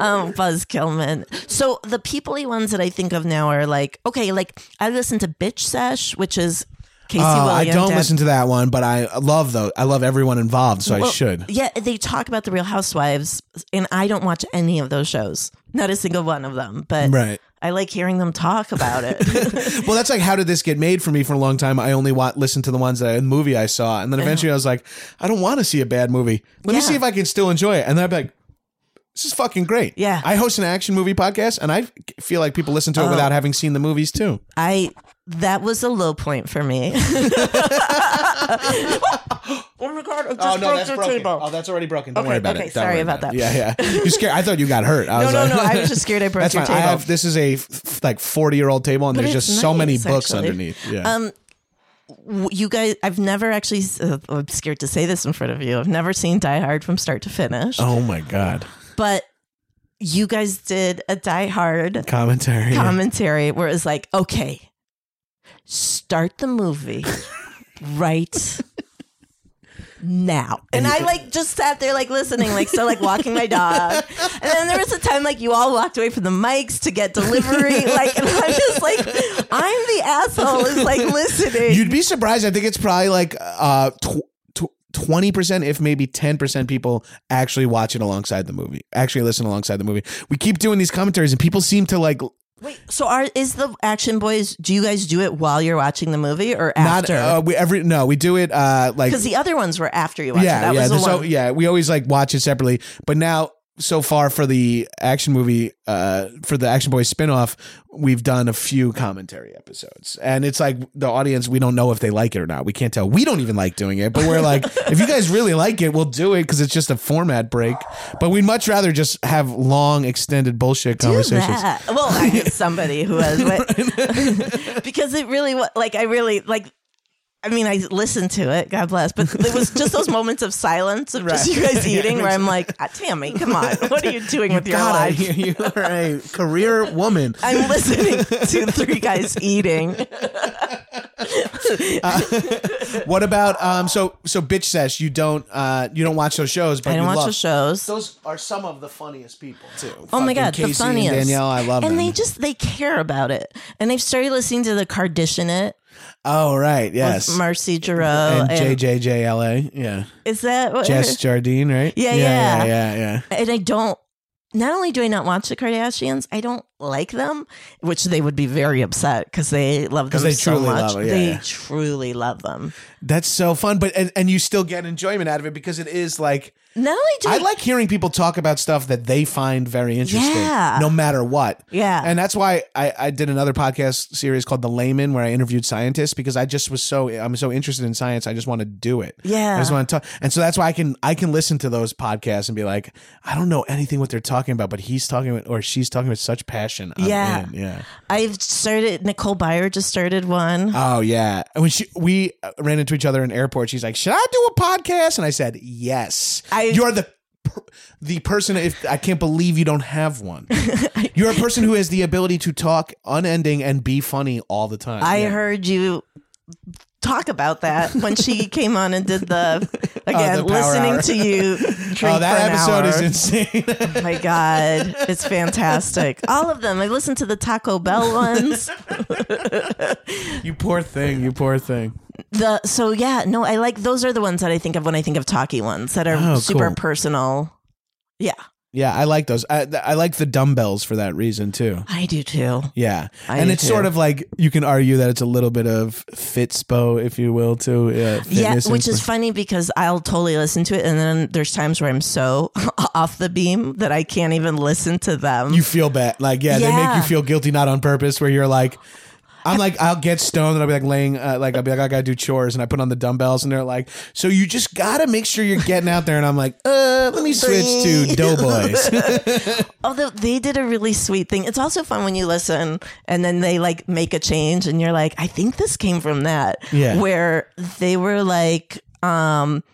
um, Buzz Kilman. So the peoply ones that I think of now are like, okay, like I listen to Bitch Sesh, which is Casey Oh, I Williams. don't listen to that one, but I love though. I love everyone involved, so I should. Yeah, they talk about the Real Housewives, and I don't watch any of those shows. Not a single one of them. But Right. I like hearing them talk about it. Well, that's like how did this get made for me for a long time? I only want listened to the ones that I, the movie I saw, and then eventually I was like, I don't want to see a bad movie. Let me Yeah. see if I can still enjoy it, and then I'd be like. This is fucking great. Yeah. Oh. I host an action movie podcast and I feel like people listen to it without having seen the movies too. I that was a low point for me. oh my god! I just Oh no, broke that's your broken. table. Oh, that's already broken. Don't Okay, worry about okay, it. Don't sorry worry about that. Yeah, yeah. You scared? I thought you got hurt. I no, was no, like, no! I was just scared I broke That's your fine. I table. have this is a f- f- like forty year old table, and But there's it's just so many nice, books actually. underneath. Yeah. Um, w- you guys, I've never actually. Uh, I'm scared to say this in front of you. I've never seen Die Hard from start to finish, oh my god. but you guys did a Die Hard Commentary. commentary where it was like, okay, start the movie right now. And I like just sat there like listening, like so like walking my dog. And then there was a time like you all walked away from the mics to get delivery. Like and I'm just like I'm the asshole is like listening. You'd be surprised. I think it's probably like uh tw- tw- 20% if maybe 10% people actually watch it alongside the movie. Actually listen alongside the movie. We keep doing these commentaries and people seem to like Wait, so are is the action boys do you guys do it while you're watching the movie or after? not uh, we every no, we do it uh like because the other ones were after you watched it. yeah, That yeah. was the so one. yeah, we always like watch it separately. But now, so far for the action movie, uh, for the Action Boys spinoff, we've done a few commentary episodes, and it's like the audience we don't know if they like it or not. We can't tell. We don't even like doing it, but we're like, if you guys really like it, we'll do it because it's just a format break. But we'd much rather just have long, extended bullshit do conversations. that. Well, I had somebody who has what, because it really wa- like I really like. I mean, I listened to it. God bless, but it was just those moments of silence of just you guys eating, where I'm like, ah, "Tammy, come on, what are you doing with your God, life?" you are a career woman. I'm listening to three guys eating. What about um? So so, bitch sesh. You don't uh you don't watch those shows, but I don't you watch love the shows. Those are some of the funniest people too. Oh my Fucking god, the Casey and funniest. Danielle, I love And them. they just they care about it. And I've started listening to the Carditionate oh right, yes. with Marcy Giroux. and and- JJJLA, yeah. Is that what Jess Jardine, right? Yeah, yeah, yeah. yeah, yeah. and I don't. Not only do I not watch the Kardashians, I don't like them, which they would be very upset because they love 'Cause them they so truly much. love it, yeah, they yeah. truly love them. That's so fun, but and, and you still get enjoyment out of it because it is like Not only do I like hearing people talk about stuff that they find very interesting, Yeah. no matter what. Yeah. And that's why I, I did another podcast series called The Layman where I interviewed scientists because I just was so I'm so interested in science, I just want to do it. Yeah. I just want to talk and so that's why I can I can listen to those podcasts and be like, I don't know anything what they're talking about, but he's talking about, or she's talking with such passion. I'm Yeah. in. Yeah. I've started. Nicole Byer just started one. Oh yeah. And when she we uh, ran into each other in airport, she's like, "Should I do a podcast?" And I said, "Yes." I- You're the per- the person. If I can't believe you don't have one, you're a person who has the ability to talk unending and be funny all the time. I Yeah. Oh, heard you talk about that when she came on and did the again Oh, the power listening hour. to you. Drink Oh, that for an episode is hour. insane. Oh my god, it's fantastic. All of them. I listened to the Taco Bell ones. you poor thing. You poor thing. The so yeah, no, I like those are the ones that I think of when I think of talkie ones that are Oh, super cool. personal. Yeah, Yeah, I like those. I, I like the dumbbells for that reason too. I do too. Yeah, I and do it's sort too. of like you can argue that it's a little bit of fitspo, if you will, too. Yeah, Yeah, fitness which is inspi- funny because I'll totally listen to it, and then there's times where I'm so off the beam that I can't even listen to them. you feel bad. Like, yeah, they make you Yeah. feel guilty, not on purpose. Where you're like, I'm like, I'll get stoned and I'll be like laying, uh, like I'll be like, I gotta do chores, and I put on the dumbbells, and they're like, so you just gotta make sure you're getting out there, and I'm like, uh, let me switch to Doughboys. Although they did a really sweet thing. It's also fun when you listen and then they like make a change and you're like, I think this came from that. Yeah. Where they were like, um,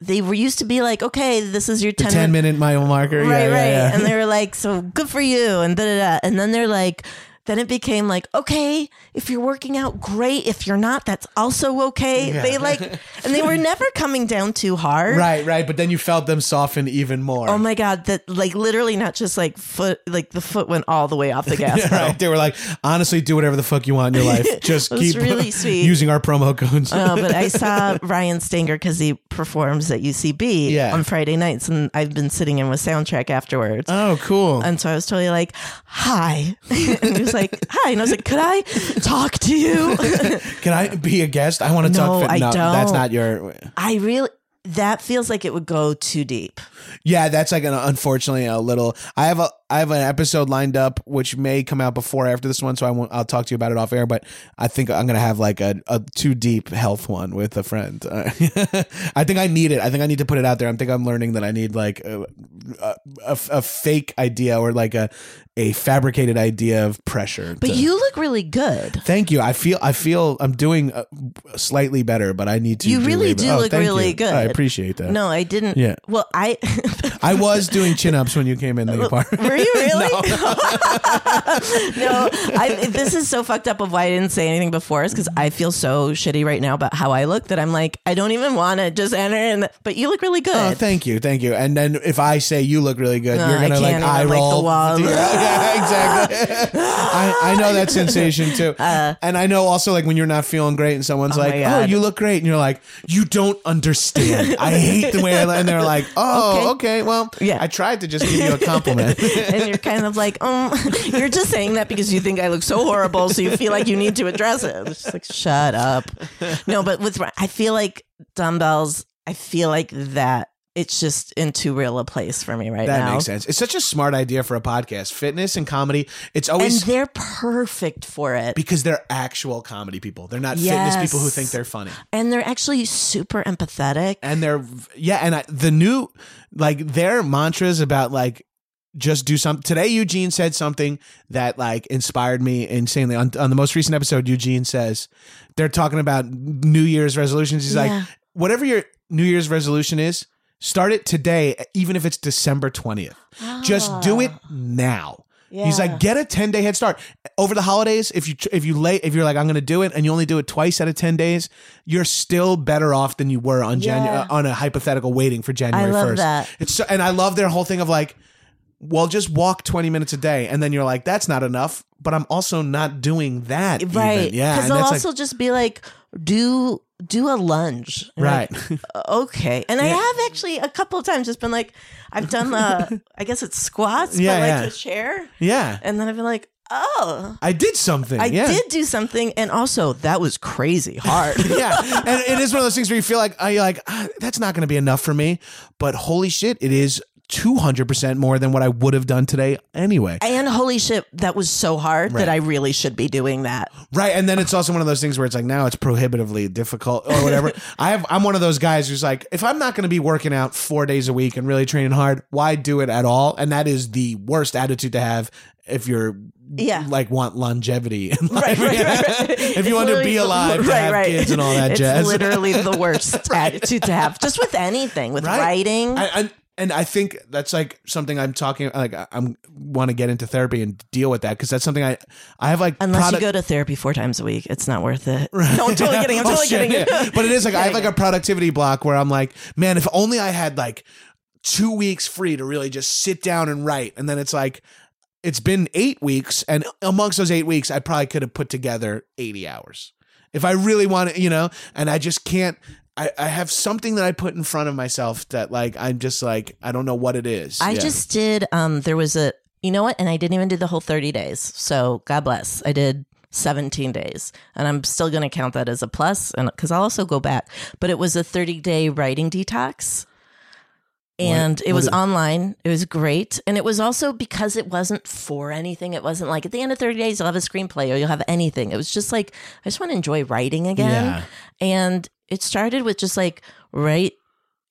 they were used to be like, okay, this is your 10, Ten minute mile marker, Right, yeah, right. yeah, yeah. And they were like, so good for you. And da da da. And then they're like, then it became like, okay, if you're working out, great. If you're not, that's also okay. They like, and they were never coming down too hard. right, right. But then you felt them soften even more. Oh my god, that like literally not just like foot like the foot went all the way off the gas pedal. Right. They were like, honestly, do whatever the fuck you want in your life. Just It was keep really sweet. Uh, using our promo codes. No, but I saw Ryan Stanger because he performs at UCB Yeah. on Friday nights, and I've been sitting in with soundtrack afterwards. oh, cool. and so I was totally like, "Hi," and he was like, "Hi," and I was like, "Could I talk to you?" Can I be a guest? I want to No, talk. fit- I That's don't. not your. I really that feels like it would go too deep. Yeah, that's like an unfortunately a little. I have a I have an episode lined up which may come out before or after this one, so I won't. I'll talk to you about it off air. But I think I'm gonna have like a, a too deep health one with a friend. Uh, I think I need it. I think I need to put it out there. I think I'm learning that I need like a, a, a fake idea or like a a fabricated idea of pressure. But to- you look really good. Thank you. I feel. I feel. I'm doing uh, slightly better, but I need to. You really labor- do look Oh, thank really good. I appreciate that. No, I didn't. Yeah. Well, I I was doing chin ups when you came in the apartment. Were you really? no, I, this is so fucked up of why I didn't say anything before is because I feel so shitty right now about how I look that I'm like, I don't even want to just enter in. The, but you look really good. Oh, thank you, thank you. And then if I say you look really good, No, you're Oh, I gonna like can't even, eye like, the roll. wall. yeah, yeah, exactly. I, I know that sensation too. and I know also like when you're not feeling great and someone's Uh. my like, "Oh, God. you look great," and you're like, "You don't understand. I hate the way I look." And they're like, "Oh, okay, well, Yeah. I tried to just give you a compliment." and you're kind of like, um, you're just saying that because you think I look so horrible, so you feel like you need to address it. It's just like, shut up. No, but with I feel like dumbbells. I feel like that. It's just in too real a place for me right that now. makes sense. It's such a smart idea for a podcast. Fitness and comedy. It's And always they're perfect for it. because they're actual comedy people. They're not Yes. fitness people who think they're funny. and they're actually super empathetic. and they're yeah and I, the new like their mantras about like just do something today eugene said something that like inspired me insanely on, on the most recent episode eugene says they're talking about new year's resolutions he's Yeah. like whatever your new year's resolution is start it today even if it's december 20th Ah. just do it now He's Yeah. like, get a ten day head start over the holidays. If you if you late if you're like I'm going to do it and you only do it twice out of ten days, you're still better off than you were on Janu- Yeah. uh, on a hypothetical waiting for January. love 1st. that. It's so, and I love their whole thing of like, well, just walk twenty minutes a day, and then you're like, that's not enough. But I'm also not doing that. even. right. Yeah. Because and they'll that's, like, also just be like, do do a lunge. And you're Right. like, okay. And I have actually a couple of times just been like, I've done the I guess it's squats, Yeah, but like yeah. the chair. yeah. And then I've been like, oh. I did something. I yeah. did do something, and also that was crazy hard. yeah, and it is one of those things where you feel like I like ah, that's not going to be enough for me, but holy shit, it is two hundred percent more than what I would have done today anyway. and holy shit, that was so hard that I really should be doing that. right, and then it's also one of those things where it's like now it's prohibitively difficult or whatever. I have I'm one of those guys who's like, if I'm not going to be working out four days a week and really training hard, why do it at all? And that is the worst attitude to have if you're Yeah. like want longevity in life. Right, right, right, right. if It's you want to literally be the- alive, to right, have right. kids and all that it's jazz. literally the worst attitude to have, just with anything, with Right. writing. I, I, and I think that's like something I'm talking like I- I'm want to get into therapy and deal with that because that's something I I have like Unless product- you go to therapy four times a week, it's not worth it. No, I'm totally kidding. I'm Oh, totally shit, kidding. yeah. But it is like I have like Kidding. a productivity block where I'm like, man, if only I had like two weeks free to really just sit down and write, and then it's like. It's been eight weeks, and amongst those eight weeks, I probably could have put together 80 hours if I really want to, you know, and I just can't. I, I have something that I put in front of myself that, like, I'm just like, I don't know what it is. I Yeah. just did. Um, there was a. You know what? And I didn't even do the whole 30 days. So God bless. I did 17 days, and I'm still going to count that as a plus, and because I'll also go back. But it was a 30 day writing detox. And it what was is- online. It was great. And it was also because it wasn't for anything. It wasn't like at the end of 30 days, you'll have a screenplay or you'll have anything. It was just like, I just want to enjoy writing again. Yeah. And it started with just like, write.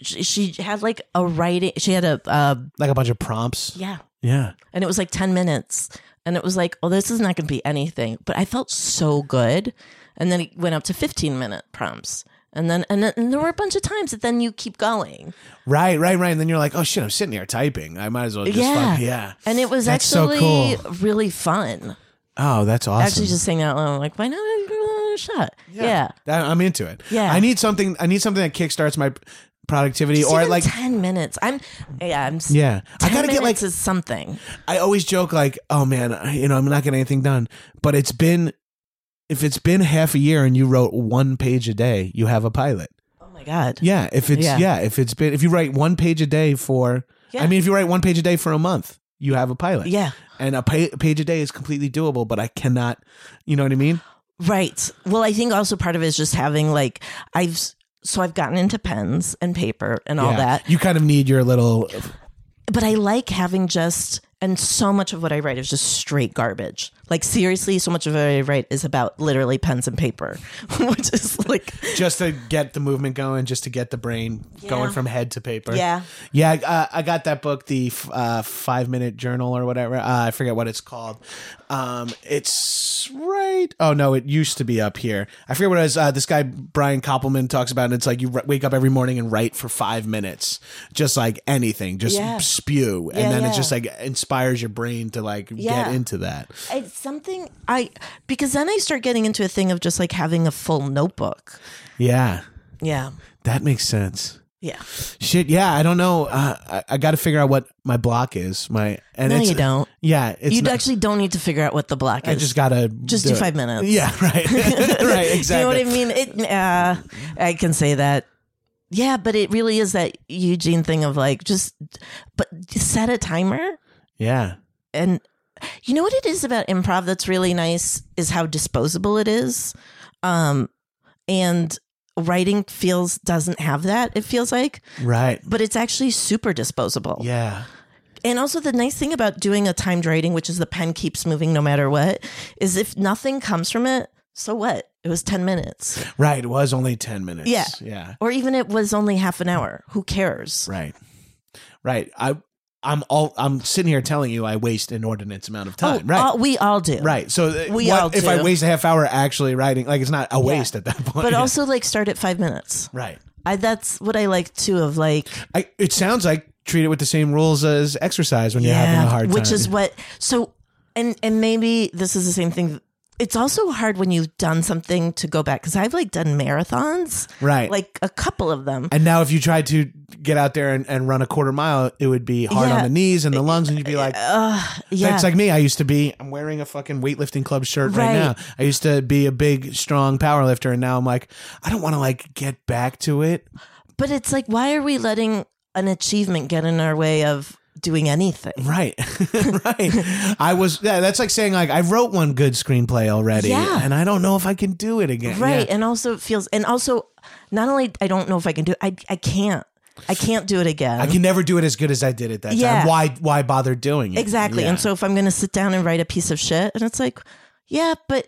She, she had like a writing, she had a, uh, like a bunch of prompts. yeah. Yeah. And it was like 10 minutes. And it was like, oh, this is not going to be anything. But I felt so good. And then it went up to 15 minute prompts. And then, and then and there were a bunch of times that then you keep going. Right, right, right. And then you're like, oh shit, I'm sitting here typing. I might as well just Yeah. fuck. Yeah. And it was That's so actually cool. really fun. Oh, that's awesome. Actually, just saying out loud, I'm like, why not give it another shot? Yeah. That- I'm into it. Yeah. I need something I need something that kickstarts my productivity Just or even like 10 minutes. I'm, yeah, I'm, s- Yeah. I 10 gotta get minutes like is something. I always joke like, oh man, I- you know, I'm not getting anything done. But it's been if it's been half a year and you wrote one page a day, you have a pilot. Oh my God. Yeah. If it's yeah, Yeah. if it's been if you write one page a day for I Yeah. mean if you write one page a day for a month, you have a pilot. Yeah. And a pa- page a day is completely doable, but I cannot, you know what I mean? Right. Well, I think also part of it is just having like, I've, s- so I've gotten into pens and paper and all Yeah. that. You kind of need your little but I like having just and so much of what I write is just straight garbage. Like seriously, so much of what I write is about literally pens and paper, which is like just to get the movement going, just to get the brain going Yeah. from head to paper. Yeah. yeah. I- uh, I, I got that book, the f- uh, five minute journal or whatever. Uh, I forget what it's called. Um, it's right. Oh no, it used to be up here. I forget what it was. Uh, this guy Brian Koppelman talks about. It. It's like you r- wake up every morning and write for five minutes, just like anything, just Yeah. spew, and Yeah, then it yeah. just like inspires your brain to like Yeah. get into that. it's something I because then I start getting into a thing of just like having a full notebook. Yeah, Yeah. that makes sense. Yeah. Shit, yeah, I don't know. Uh, I, I got to figure out what my block is. My and No, it's, you don't. Yeah, it's you not- actually don't need to figure out what the block is. I just gotta Just do it. five minutes. Yeah, right, right, You know what exactly. I mean? It, uh, I can say that. Yeah, but it really is that Eugene thing of like just, but set a timer Yeah, and you know what it is about improv that's really nice is how disposable it is um and writing feels doesn't have that it feels like right. but it's actually super disposable Yeah, and also the nice thing about doing a timed writing which is the pen keeps moving no matter what is if nothing comes from it so what it was 10 minutes right. It was only ten minutes. Yeah. yeah, or even it was only half an hour who cares right, right. I, I'm all. I'm sitting here telling you, I waste an inordinate amount of time. Oh, right, all- we all do right. So uh, We what- all if I do. waste a half hour actually writing, like it's not a waste at that point. but also like start at five minutes right. I, that's what i like too of like I, it sounds like treat it with the same rules as exercise when you're having a hard time. Which is what so and and maybe this is the same thing. It's also hard when you've done something to go back because I've like done marathons, right. like a couple of them. And now, if you tried to get out there and, and run a quarter mile, it would be hard on Yeah. the knees and the lungs, and you'd be like, yeah, "That's like me. I used to be. I'm wearing a fucking weightlifting club shirt right, Right. now. I used to be a big, strong power lifter, and now I'm like, I don't want to like get back to it. but it's like why are we letting an achievement get in our way of doing anything? Right, right. I was. Yeah, that's like saying like I wrote one good screenplay already, Yeah. and I don't know if I can do it again. Right, Yeah. and also it feels and also not only I don't know if I can do it, I I can't I can't do it again. I can never do it as good as I did at that Yeah. time. Why? Why bother doing it? Exactly. Yeah. And so if I'm going to sit down and write a piece of shit, and it's like, yeah, but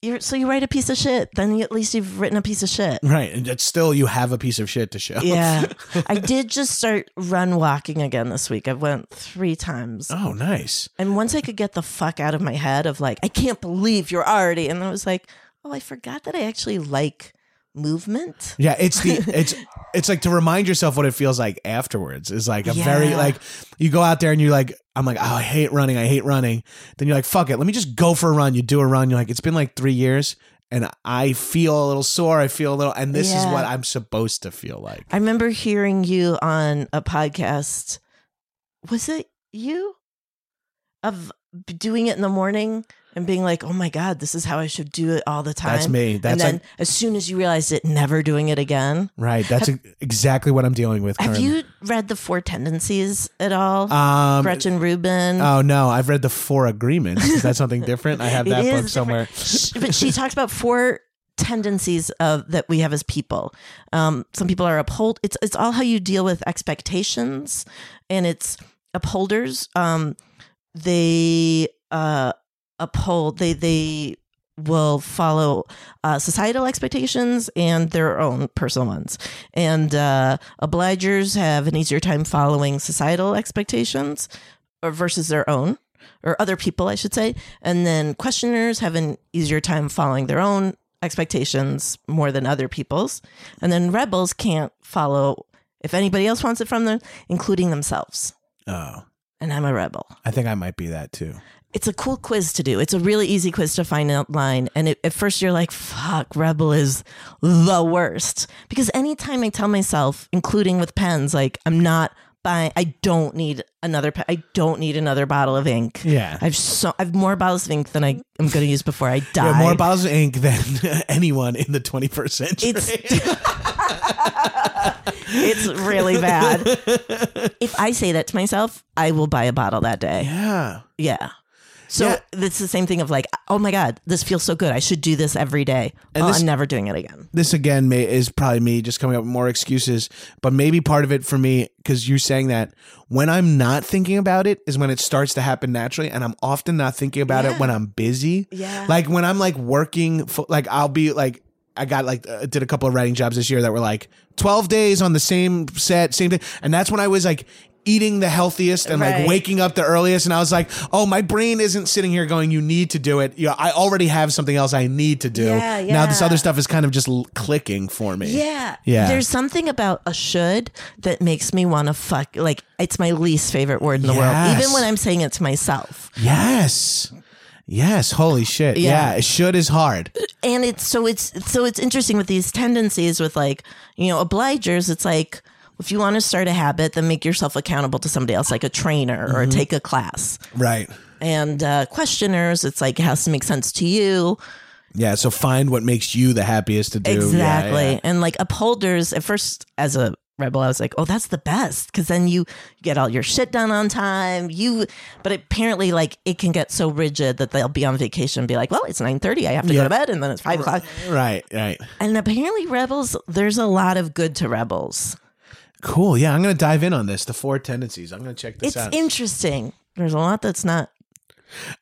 you're so you write a piece of shit, then you, at least you've written a piece of shit. right, and it's still you have a piece of shit to show. Yeah. I did just start run walking again this week. I went three times. Oh, nice. And once I could get the fuck out of my head of like, I can't believe you're already. And I was like, oh, I forgot that I actually like movement. Yeah, it's the it's it's like to remind yourself what it feels like afterwards. Is like a Yeah. very like you go out there and you're like, I'm like, oh, I hate running, I hate running. Then you're like, fuck it, let me just go for a run. You do a run, you're like, it's been like three years, and I feel a little sore, I feel a little, and this is Yeah. what I'm supposed to feel like. I remember hearing you on a podcast. Was it you? Of b- doing it in the morning and being like, oh my God, this is how I should do it all the time. That's me. and That's then like, as soon as you realized it, never doing it again. right. That's exactly what I'm dealing with. Have Currently. you read The Four Tendencies at all? Um, Gretchen Rubin. Oh no, I've read the Four Agreements. Is that something different? I have It that is book different. somewhere. Sh- but she talks about four tendencies of that we have as people. Um, some people are uphold. It's it's all how you deal with expectations, and it's upholders. Um, they uh, uphold. They they will follow uh, societal expectations and their own personal ones. And uh, obligers have an easier time following societal expectations or versus their own or other people, I should say. And then questioners have an easier time following their own expectations more than other people's. And then rebels can't follow if anybody else wants it from them, including themselves. Oh, And I'm a rebel. I think I might be that too. It's a cool quiz to do. It's a really easy quiz to find out line. And it, at first, you're like, fuck, Rebel is the worst. Because anytime I tell myself, including with pens, like, I'm not buying, I don't need another pen, I don't need another bottle of ink. Yeah. I've so I've more bottles of ink than I am going to use before I die. Yeah, more bottles of ink than anyone in the 21st century. It's it's really bad. If I say that to myself, I will buy a bottle that day. yeah. Yeah. So Yeah. it's the same thing of like, oh my God, this feels so good. I should do this every day. And oh, this- I'm never doing it again. this again may, is probably me just coming up with more excuses, but maybe part of it for me, because you saying that when I'm not thinking about it is when it starts to happen naturally. And I'm often not thinking about it when I'm busy. Yeah. Like when I'm like working, for, like I'll be like, I got like, uh, did a couple of writing jobs this year that were like 12 days on the same set, same thing. And that's when I was like, Eating the healthiest and like Right. waking up the earliest, and I was like, "Oh, my brain isn't sitting here going, you need to do it. You know, I already have something else I need to do. Yeah, Now this yeah. other stuff is kind of just l- clicking for me. Yeah. Yeah. There's something about a should that makes me want to fuck. Like, it's my least favorite word in the world, Yes. even when I'm saying it to myself. Yes. Yes. Holy shit. Yeah. Yeah. it should is hard. And it's so it's so it's interesting with these tendencies with like, you know, obligers. It's like, if you want to start a habit, then make yourself accountable to somebody else, like a trainer Mm-hmm. or take a class. Right. And uh, questioners, it's like, it has to make sense to you. Yeah. So find what makes you the happiest to do. Yeah, Exactly. yeah. And like upholders, at first, as a rebel, I was like, oh, that's the best. Cause then you get all your shit done on time. You, but apparently, like, it can get so rigid that they'll be on vacation and be like, well, it's 9 30. I have to Yeah. go to bed. And then it's five o'clock. Right. Right. And apparently, rebels, there's a lot of good to rebels. Cool. Yeah. I'm going to dive in on this. The four tendencies. I'm going to check this It's out. interesting. There's a lot that's not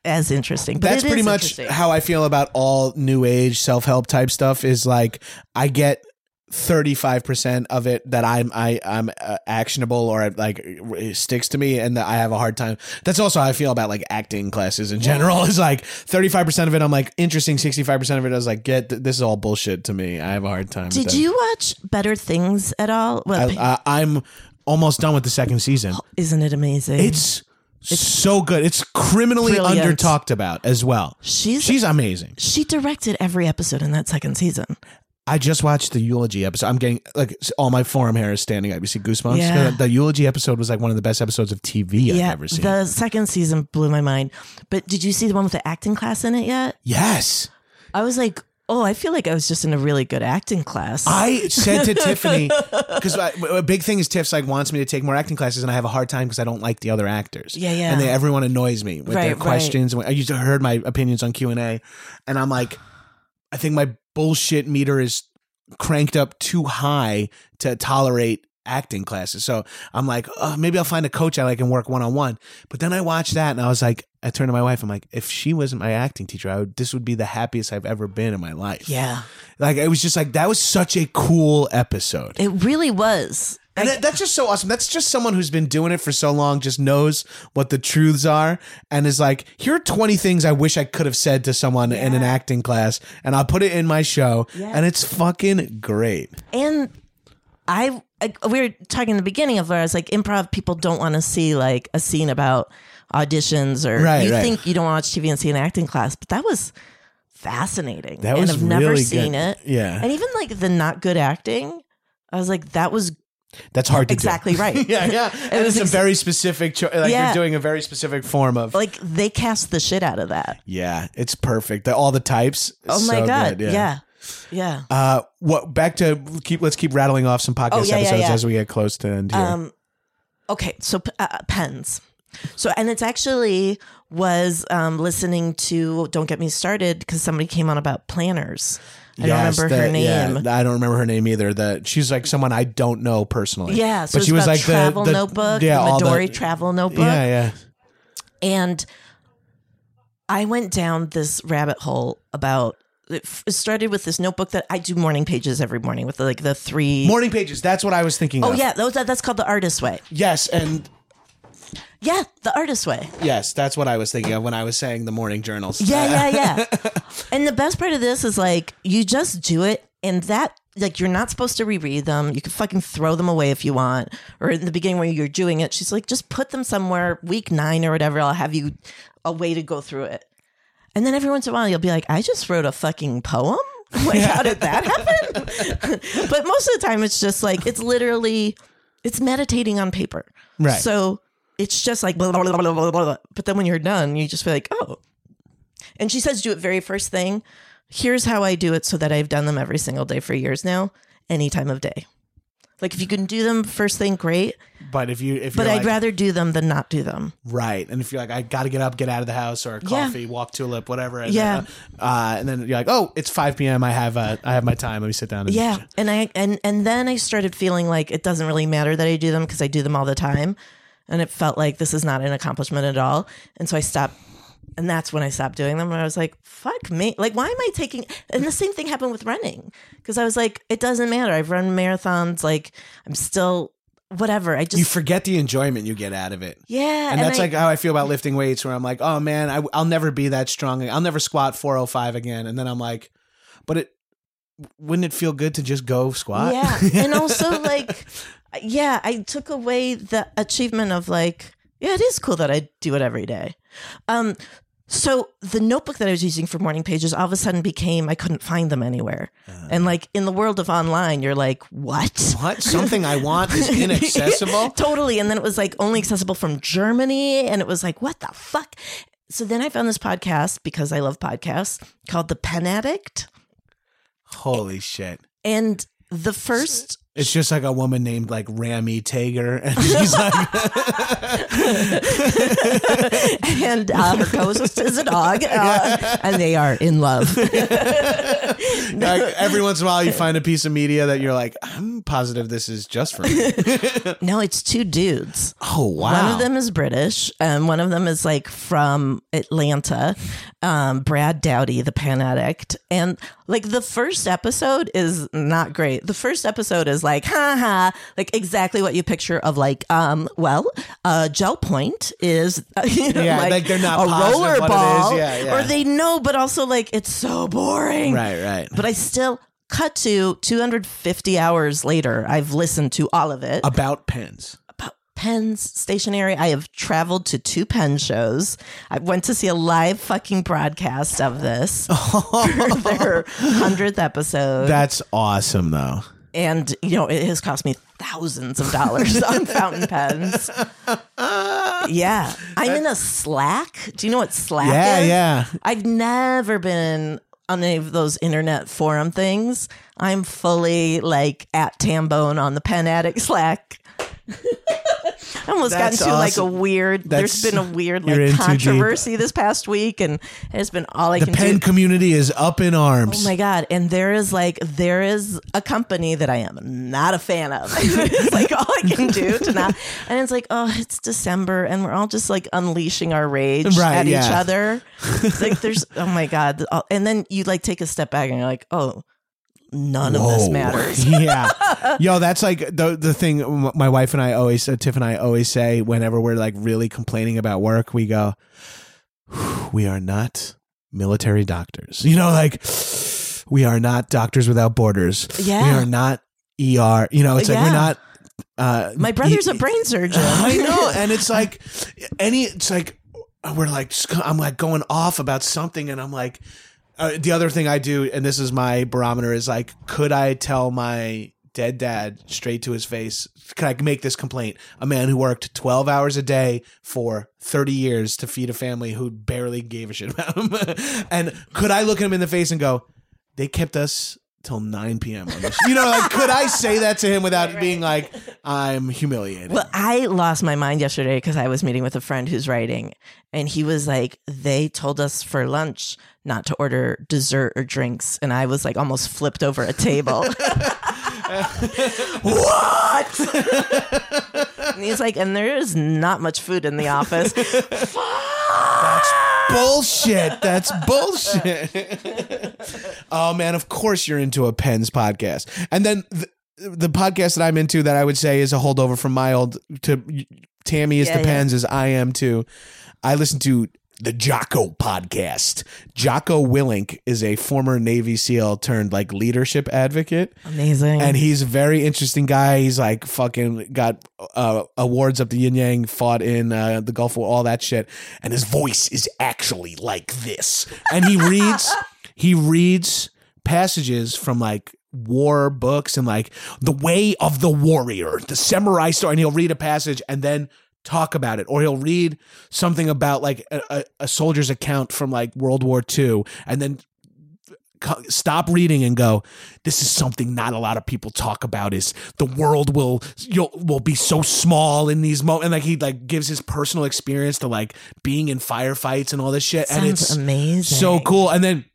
as interesting. But That's it is pretty much interesting. how I feel about all new age self help type stuff. Is like I get thirty five percent of it that I'm I I'm uh, actionable or like it sticks to me, and that I have a hard time. That's also how I feel about like acting classes in general. Is like thirty five percent of it I'm like interesting, sixty five percent of it I was like get th- this is all bullshit to me. I have a hard time. with Did that. you watch Better Things at all? Well, I, I, I'm almost done with the second season. isn't it amazing? It's. so good. It's criminally Brilliant. under talked about as well. She's- she's amazing. she directed every episode in that second season. I just watched the eulogy episode. I'm getting like s- all my forearm hair is standing up. You see goosebumps. Yeah. The eulogy episode was like one of the best episodes of TV I've ever seen. the second season blew my mind. But did you see the one with the acting class in it yet? yes, I was like, oh, I feel like I was just in a really good acting class. I said to Tiffany because a big thing is Tiff's like wants me to take more acting classes, and I have a hard time because I don't like the other actors. Yeah, yeah. And they, everyone annoys me with Right, their right. questions. And I used to heard my opinions on Q and A, and I'm like, I think my bullshit meter is cranked up too high to tolerate acting classes. So I'm like, oh, maybe I'll find a coach I like and work one on one. But then I watched that and I was like, I turned to my wife. I'm like, if she wasn't my acting teacher, I would. This would be the happiest I've ever been in my life. yeah, Like it was just like that was such a cool episode. it really was. And that, that's just so awesome. That's just someone who's been doing it for so long, just knows what the truths are, and is like, here are 20 things I wish I could have said to someone in an acting class, and I'll put it in my show, and it's fucking great. And I, I, we were talking in the beginning of where I was like, improv people don't want to see like a scene about auditions or Right, you right. think you don't watch TV and see an acting class, but that was fascinating. That and was I've never really seen good. it. Yeah. And even like the not good acting, I was like, that was That's hard to exactly do. right. yeah, yeah. And was it's a ex- very specific, cho- like Yeah. you're doing a very specific form of. Like they cast the shit out of that. yeah, it's perfect. The- all the types. Oh so my god! good, yeah, yeah. Uh, what? Back to keep. Let's keep rattling off some podcast Oh, yeah, yeah, episodes yeah. as we get close to end here. Um, okay, so p- uh, pens. So, and it's actually was um, listening to "Don't Get Me Started" because somebody came on about planners. I Yes, don't remember the- her name. Yeah, I don't remember her name either. That she's like someone I don't know personally. Yeah, so it's about travel notebook, the all Midori travel notebook, Yeah, yeah. and I went down this rabbit hole about. It f- it started with this notebook that I do morning pages every morning with like the three. Morning pages. That's what I was thinking. oh of. yeah, those, that, that's called the artist way. Yes, and Yeah, the artist way. yes, that's what I was thinking of when I was saying the morning journals. Yeah, yeah, yeah. and the best part of this is like you just do it and that like you're not supposed to reread them. You can fucking throw them away if you want. Or in the beginning when you're doing it, she's like, just put them somewhere, week nine or whatever, I'll have you a way to go through it. And then every once in a while you'll be like, I just wrote a fucking poem. Like, how did that happen? but most of the time it's just like it's literally it's meditating on paper. Right. So it's just like blah, blah, blah, blah, blah, blah, blah. But then when you're done, you just feel like, oh, and she says, do it very first thing. Here's how I do it so that I've done them every single day for years now, any time of day. Like if you can do them first thing, great. But if you if But you're I'd like, rather do them than not do them. right, and if you're like I got to get up, get out of the house, or coffee, walk tulip, whatever. And Yeah. Then, uh, uh, and then you're like, oh, it's five p.m. I have uh, I have my time. Let me sit down. And Yeah, and I and and then I started feeling like it doesn't really matter that I do them because I do them all the time, and it felt like this is not an accomplishment at all, and so I stopped. And that's when I stopped doing them. And I was like, "Fuck me! Like, why am I taking?" And the same thing happened with running because I was like, "It doesn't matter. I've run marathons. Like, I'm still whatever. I just You forget the enjoyment you get out of it. yeah." and, that's I- like how I feel about lifting weights, where I'm like, oh man, I, I'll never be that strong. I'll never squat 405 again. And then I'm like, but it wouldn't it feel good to just go squat? Yeah. And also like yeah, I took away the achievement of like, yeah, it is cool that I do it every day. Um so the notebook that I was using for morning pages all of a sudden became I couldn't find them anywhere. and like in the world of online, you're like, what? what? Something I want is inaccessible. totally. And then it was like only accessible from Germany. And it was like, what the fuck? So then I found this podcast because I love podcasts called The Pen Addict. Holy shit. And the first It's just like a woman named like Rami Tager, and she's like, and uh, her co-host is a dog, uh, and they are in love. like every once in a while you find a piece of media that you're like, I'm positive this is just for me. no, it's two dudes. Oh wow! One of them is British, and one of them is like from Atlanta. Um, Brad Dowdy, the Pan Addict, and like the first episode is not great. The first episode is like, ha ha, like exactly what you picture of like, um, well, uh, gel point is you know, Yeah, like they're not a positive what it roller is. ball, Yeah, yeah. or they know, but also like it's so boring, right, right. but I still cut to 250 hours later. I've listened to all of it. About pens. About Penn's stationery. I have traveled to two Penn shows. I went to see a live fucking broadcast of this for their hundredth episode, That's awesome, though. and you know it has cost me thousands of dollars on fountain pens. Yeah, I'm in a Slack. Do you know what Slack Yeah, is? yeah. I've never been on any of those internet forum things. I'm fully like at Tambone on the Pen Addict Slack. I almost got That's into like a awesome. weird. That's- there's been a weird you're in like too deep. controversy this past week, and it's been all I The can pen do. community is up in Oh arms. my god! And there is like there is a company that I am not a fan of. it's like all I can do to not. And it's like, oh, it's December, and we're all just like unleashing our rage Right, at each yeah. other. It's like there's oh my god! And then you like take a step back and you're like, oh, none of this Whoa. matters. yeah, yo, that's like the the thing. m- My wife and I always, uh, Tiff and I always say whenever we're like really complaining about work, we go, "We are not military doctors." You know, like we are not doctors without borders. Yeah. we are not ER. You know, it's like Yeah. we're not. Uh, My brother's a a brain surgeon. I know, and it's like any. It's like we're like I'm like going off about something, and I'm like uh, the other thing I do, and this is my barometer is like, could I tell my dead dad straight to his face? Can I make this complaint? A man who worked 12 hours a day for 30 years to feed a family who barely gave a shit about him, and could I look him in the face and go, they kept us. Till 9 p.m. on this. You know, like, could I say that to him without being like, I'm humiliated? Well, I lost my mind yesterday because I was meeting with a friend who's writing, and he was like, "They told us for lunch not to order dessert or drinks," and I was like, almost flipped over a table. what? and he's like, "And there is not much food in the office." bullshit. That's bullshit. oh man, of course you're into a Pens podcast. And then the, the podcast that I'm into that I would say is a holdover from my old to Tammy is Yeah, the yeah. Pens as I am too. I listen to the Jocko podcast. Jocko Willink is a former Navy SEAL turned like leadership advocate. Amazing. And he's a very interesting guy. He's like fucking got uh, awards up the yin yang, fought in uh, the Gulf War, all that shit. And his voice is actually like this. And he reads, he reads passages from like war books and like the way of the warrior, the samurai story. And he'll read a passage and then talk about it or he'll read something about like a, a, a soldier's account from like world war ii and then co- stop reading and go, this is something not a lot of people talk about is the world will you'll, will be so small in these moments. And like he like gives his personal experience to like being in firefights and all this shit. and Sounds it's amazing. so cool. And then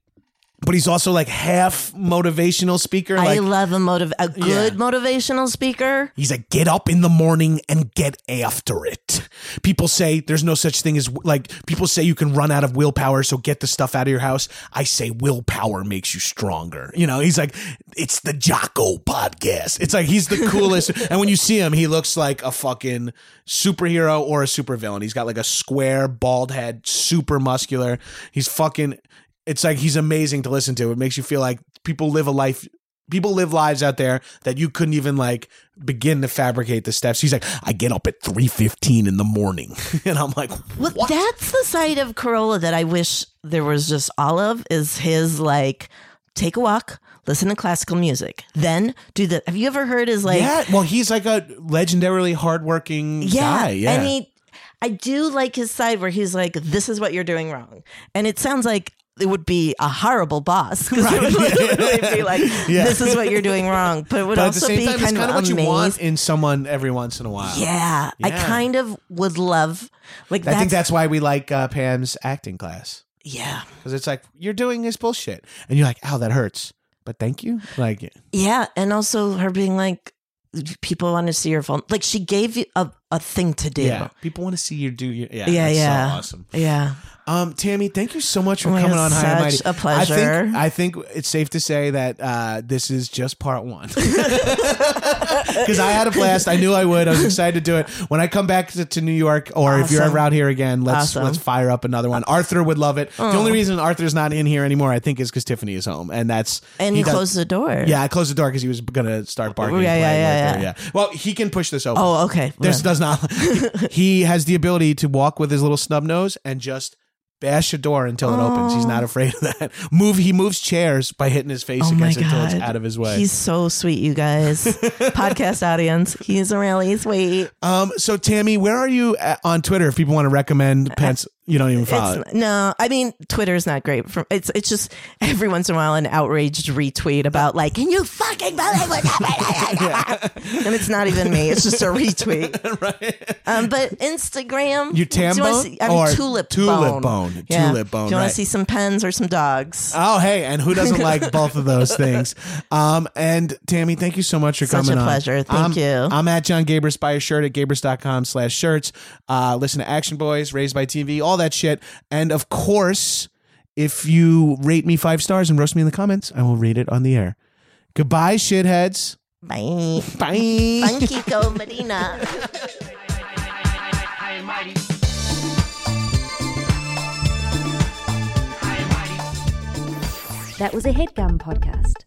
but he's also like half motivational speaker. I Like love a motiv- a good motivational speaker. He's like, get up in the morning and get after it. People say there's no such thing as, like, people say you can run out of willpower, so get the stuff out of your house. I say willpower makes you stronger. You know, he's like, it's the Jocko podcast. It's like, he's the coolest. and when you see him, he looks like a fucking superhero or a supervillain. He's got like a square, bald head, super muscular. He's fucking, it's like, he's amazing to listen to. It makes you feel like people live a life people live lives out there that you couldn't even like begin to fabricate the steps. He's like, I get up at three fifteen in the morning, and I'm like, Well, what? that's the side of Corolla that I wish there was just all of is his like take a walk, listen to classical music, then do the. Have you ever heard his like? yeah. Well, he's like a legendarily hardworking yeah, guy. Yeah. And he, I do like his side where he's like, "This is what you're doing wrong," and it sounds like it would be a horrible boss because it would literally be like, Yeah. "This is what you're doing wrong," but it would but at the also same be time, it's kind of kind of what you want amazing. in someone every once in a while. Yeah, I Yeah. kind of would love like I that's, think that's why we like uh, Pam's acting class yeah. because it's like you're doing this bullshit, and you're like, "Ow, that hurts," but thank you. Like, Yeah, and also her being like, people want to see your phone. Like she gave you a, a thing to do. yeah, people want to see you do. Your, yeah, yeah, it's so yeah. awesome. Yeah. Um, Tammy, thank you so much for Oh my coming on God, High and Mighty. such a pleasure. I think, I think it's safe to say that uh, this is just part one. Because I had a blast. I knew I would. I was excited to do it. When I come back to, to New York, or if you're Awesome. ever out here again, let's Awesome. Oh. let's fire up another one. Arthur would love it. The only reason Arthur's not in here anymore, I think, is because Tiffany is home, and that's And you does- closed the door. Oh, Yeah, I closed the door because he was gonna start barking. Yeah, and yeah, playing yeah, with her, yeah. yeah. Well, he can push this open. Oh, okay. This Yeah. does not. he has the ability to walk with his little snub nose and just bash a door until it opens. He's not afraid of that. Move. He moves chairs by hitting his face Oh my against it until it's God. out of his way. He's so sweet, you guys. Podcast audience. He's really sweet. um. So Tammy, where are you at, on Twitter? If people want to recommend pants, you don't even follow. it. It's, no, I mean Twitter's not great. For, it's it's just every once in a while an outraged retweet about like, can you fucking believe what happened? and it's not even me. It's just a retweet. Um, but Instagram, Your tam Do you wanna bone see- I mean, or tulip tulip bone, bone? Yeah. Tulip bone, Do you want right. to see some pens or some dogs? Oh hey, and who doesn't like both of those things? Um and Tammy, thank you so much for Such coming a on. pleasure. Thank I'm- you. I'm at John Gabris. Buy a shirt at gabris.com slash shirts. Uh, listen to Action Boys, Raised by TV, all that shit. And of course, if you rate me five stars and roast me in the comments, I will read it on the air. Goodbye, shitheads. Bye. Bye. Bye, Kiko Medina. High and mighty. High and mighty. That was a headgum podcast.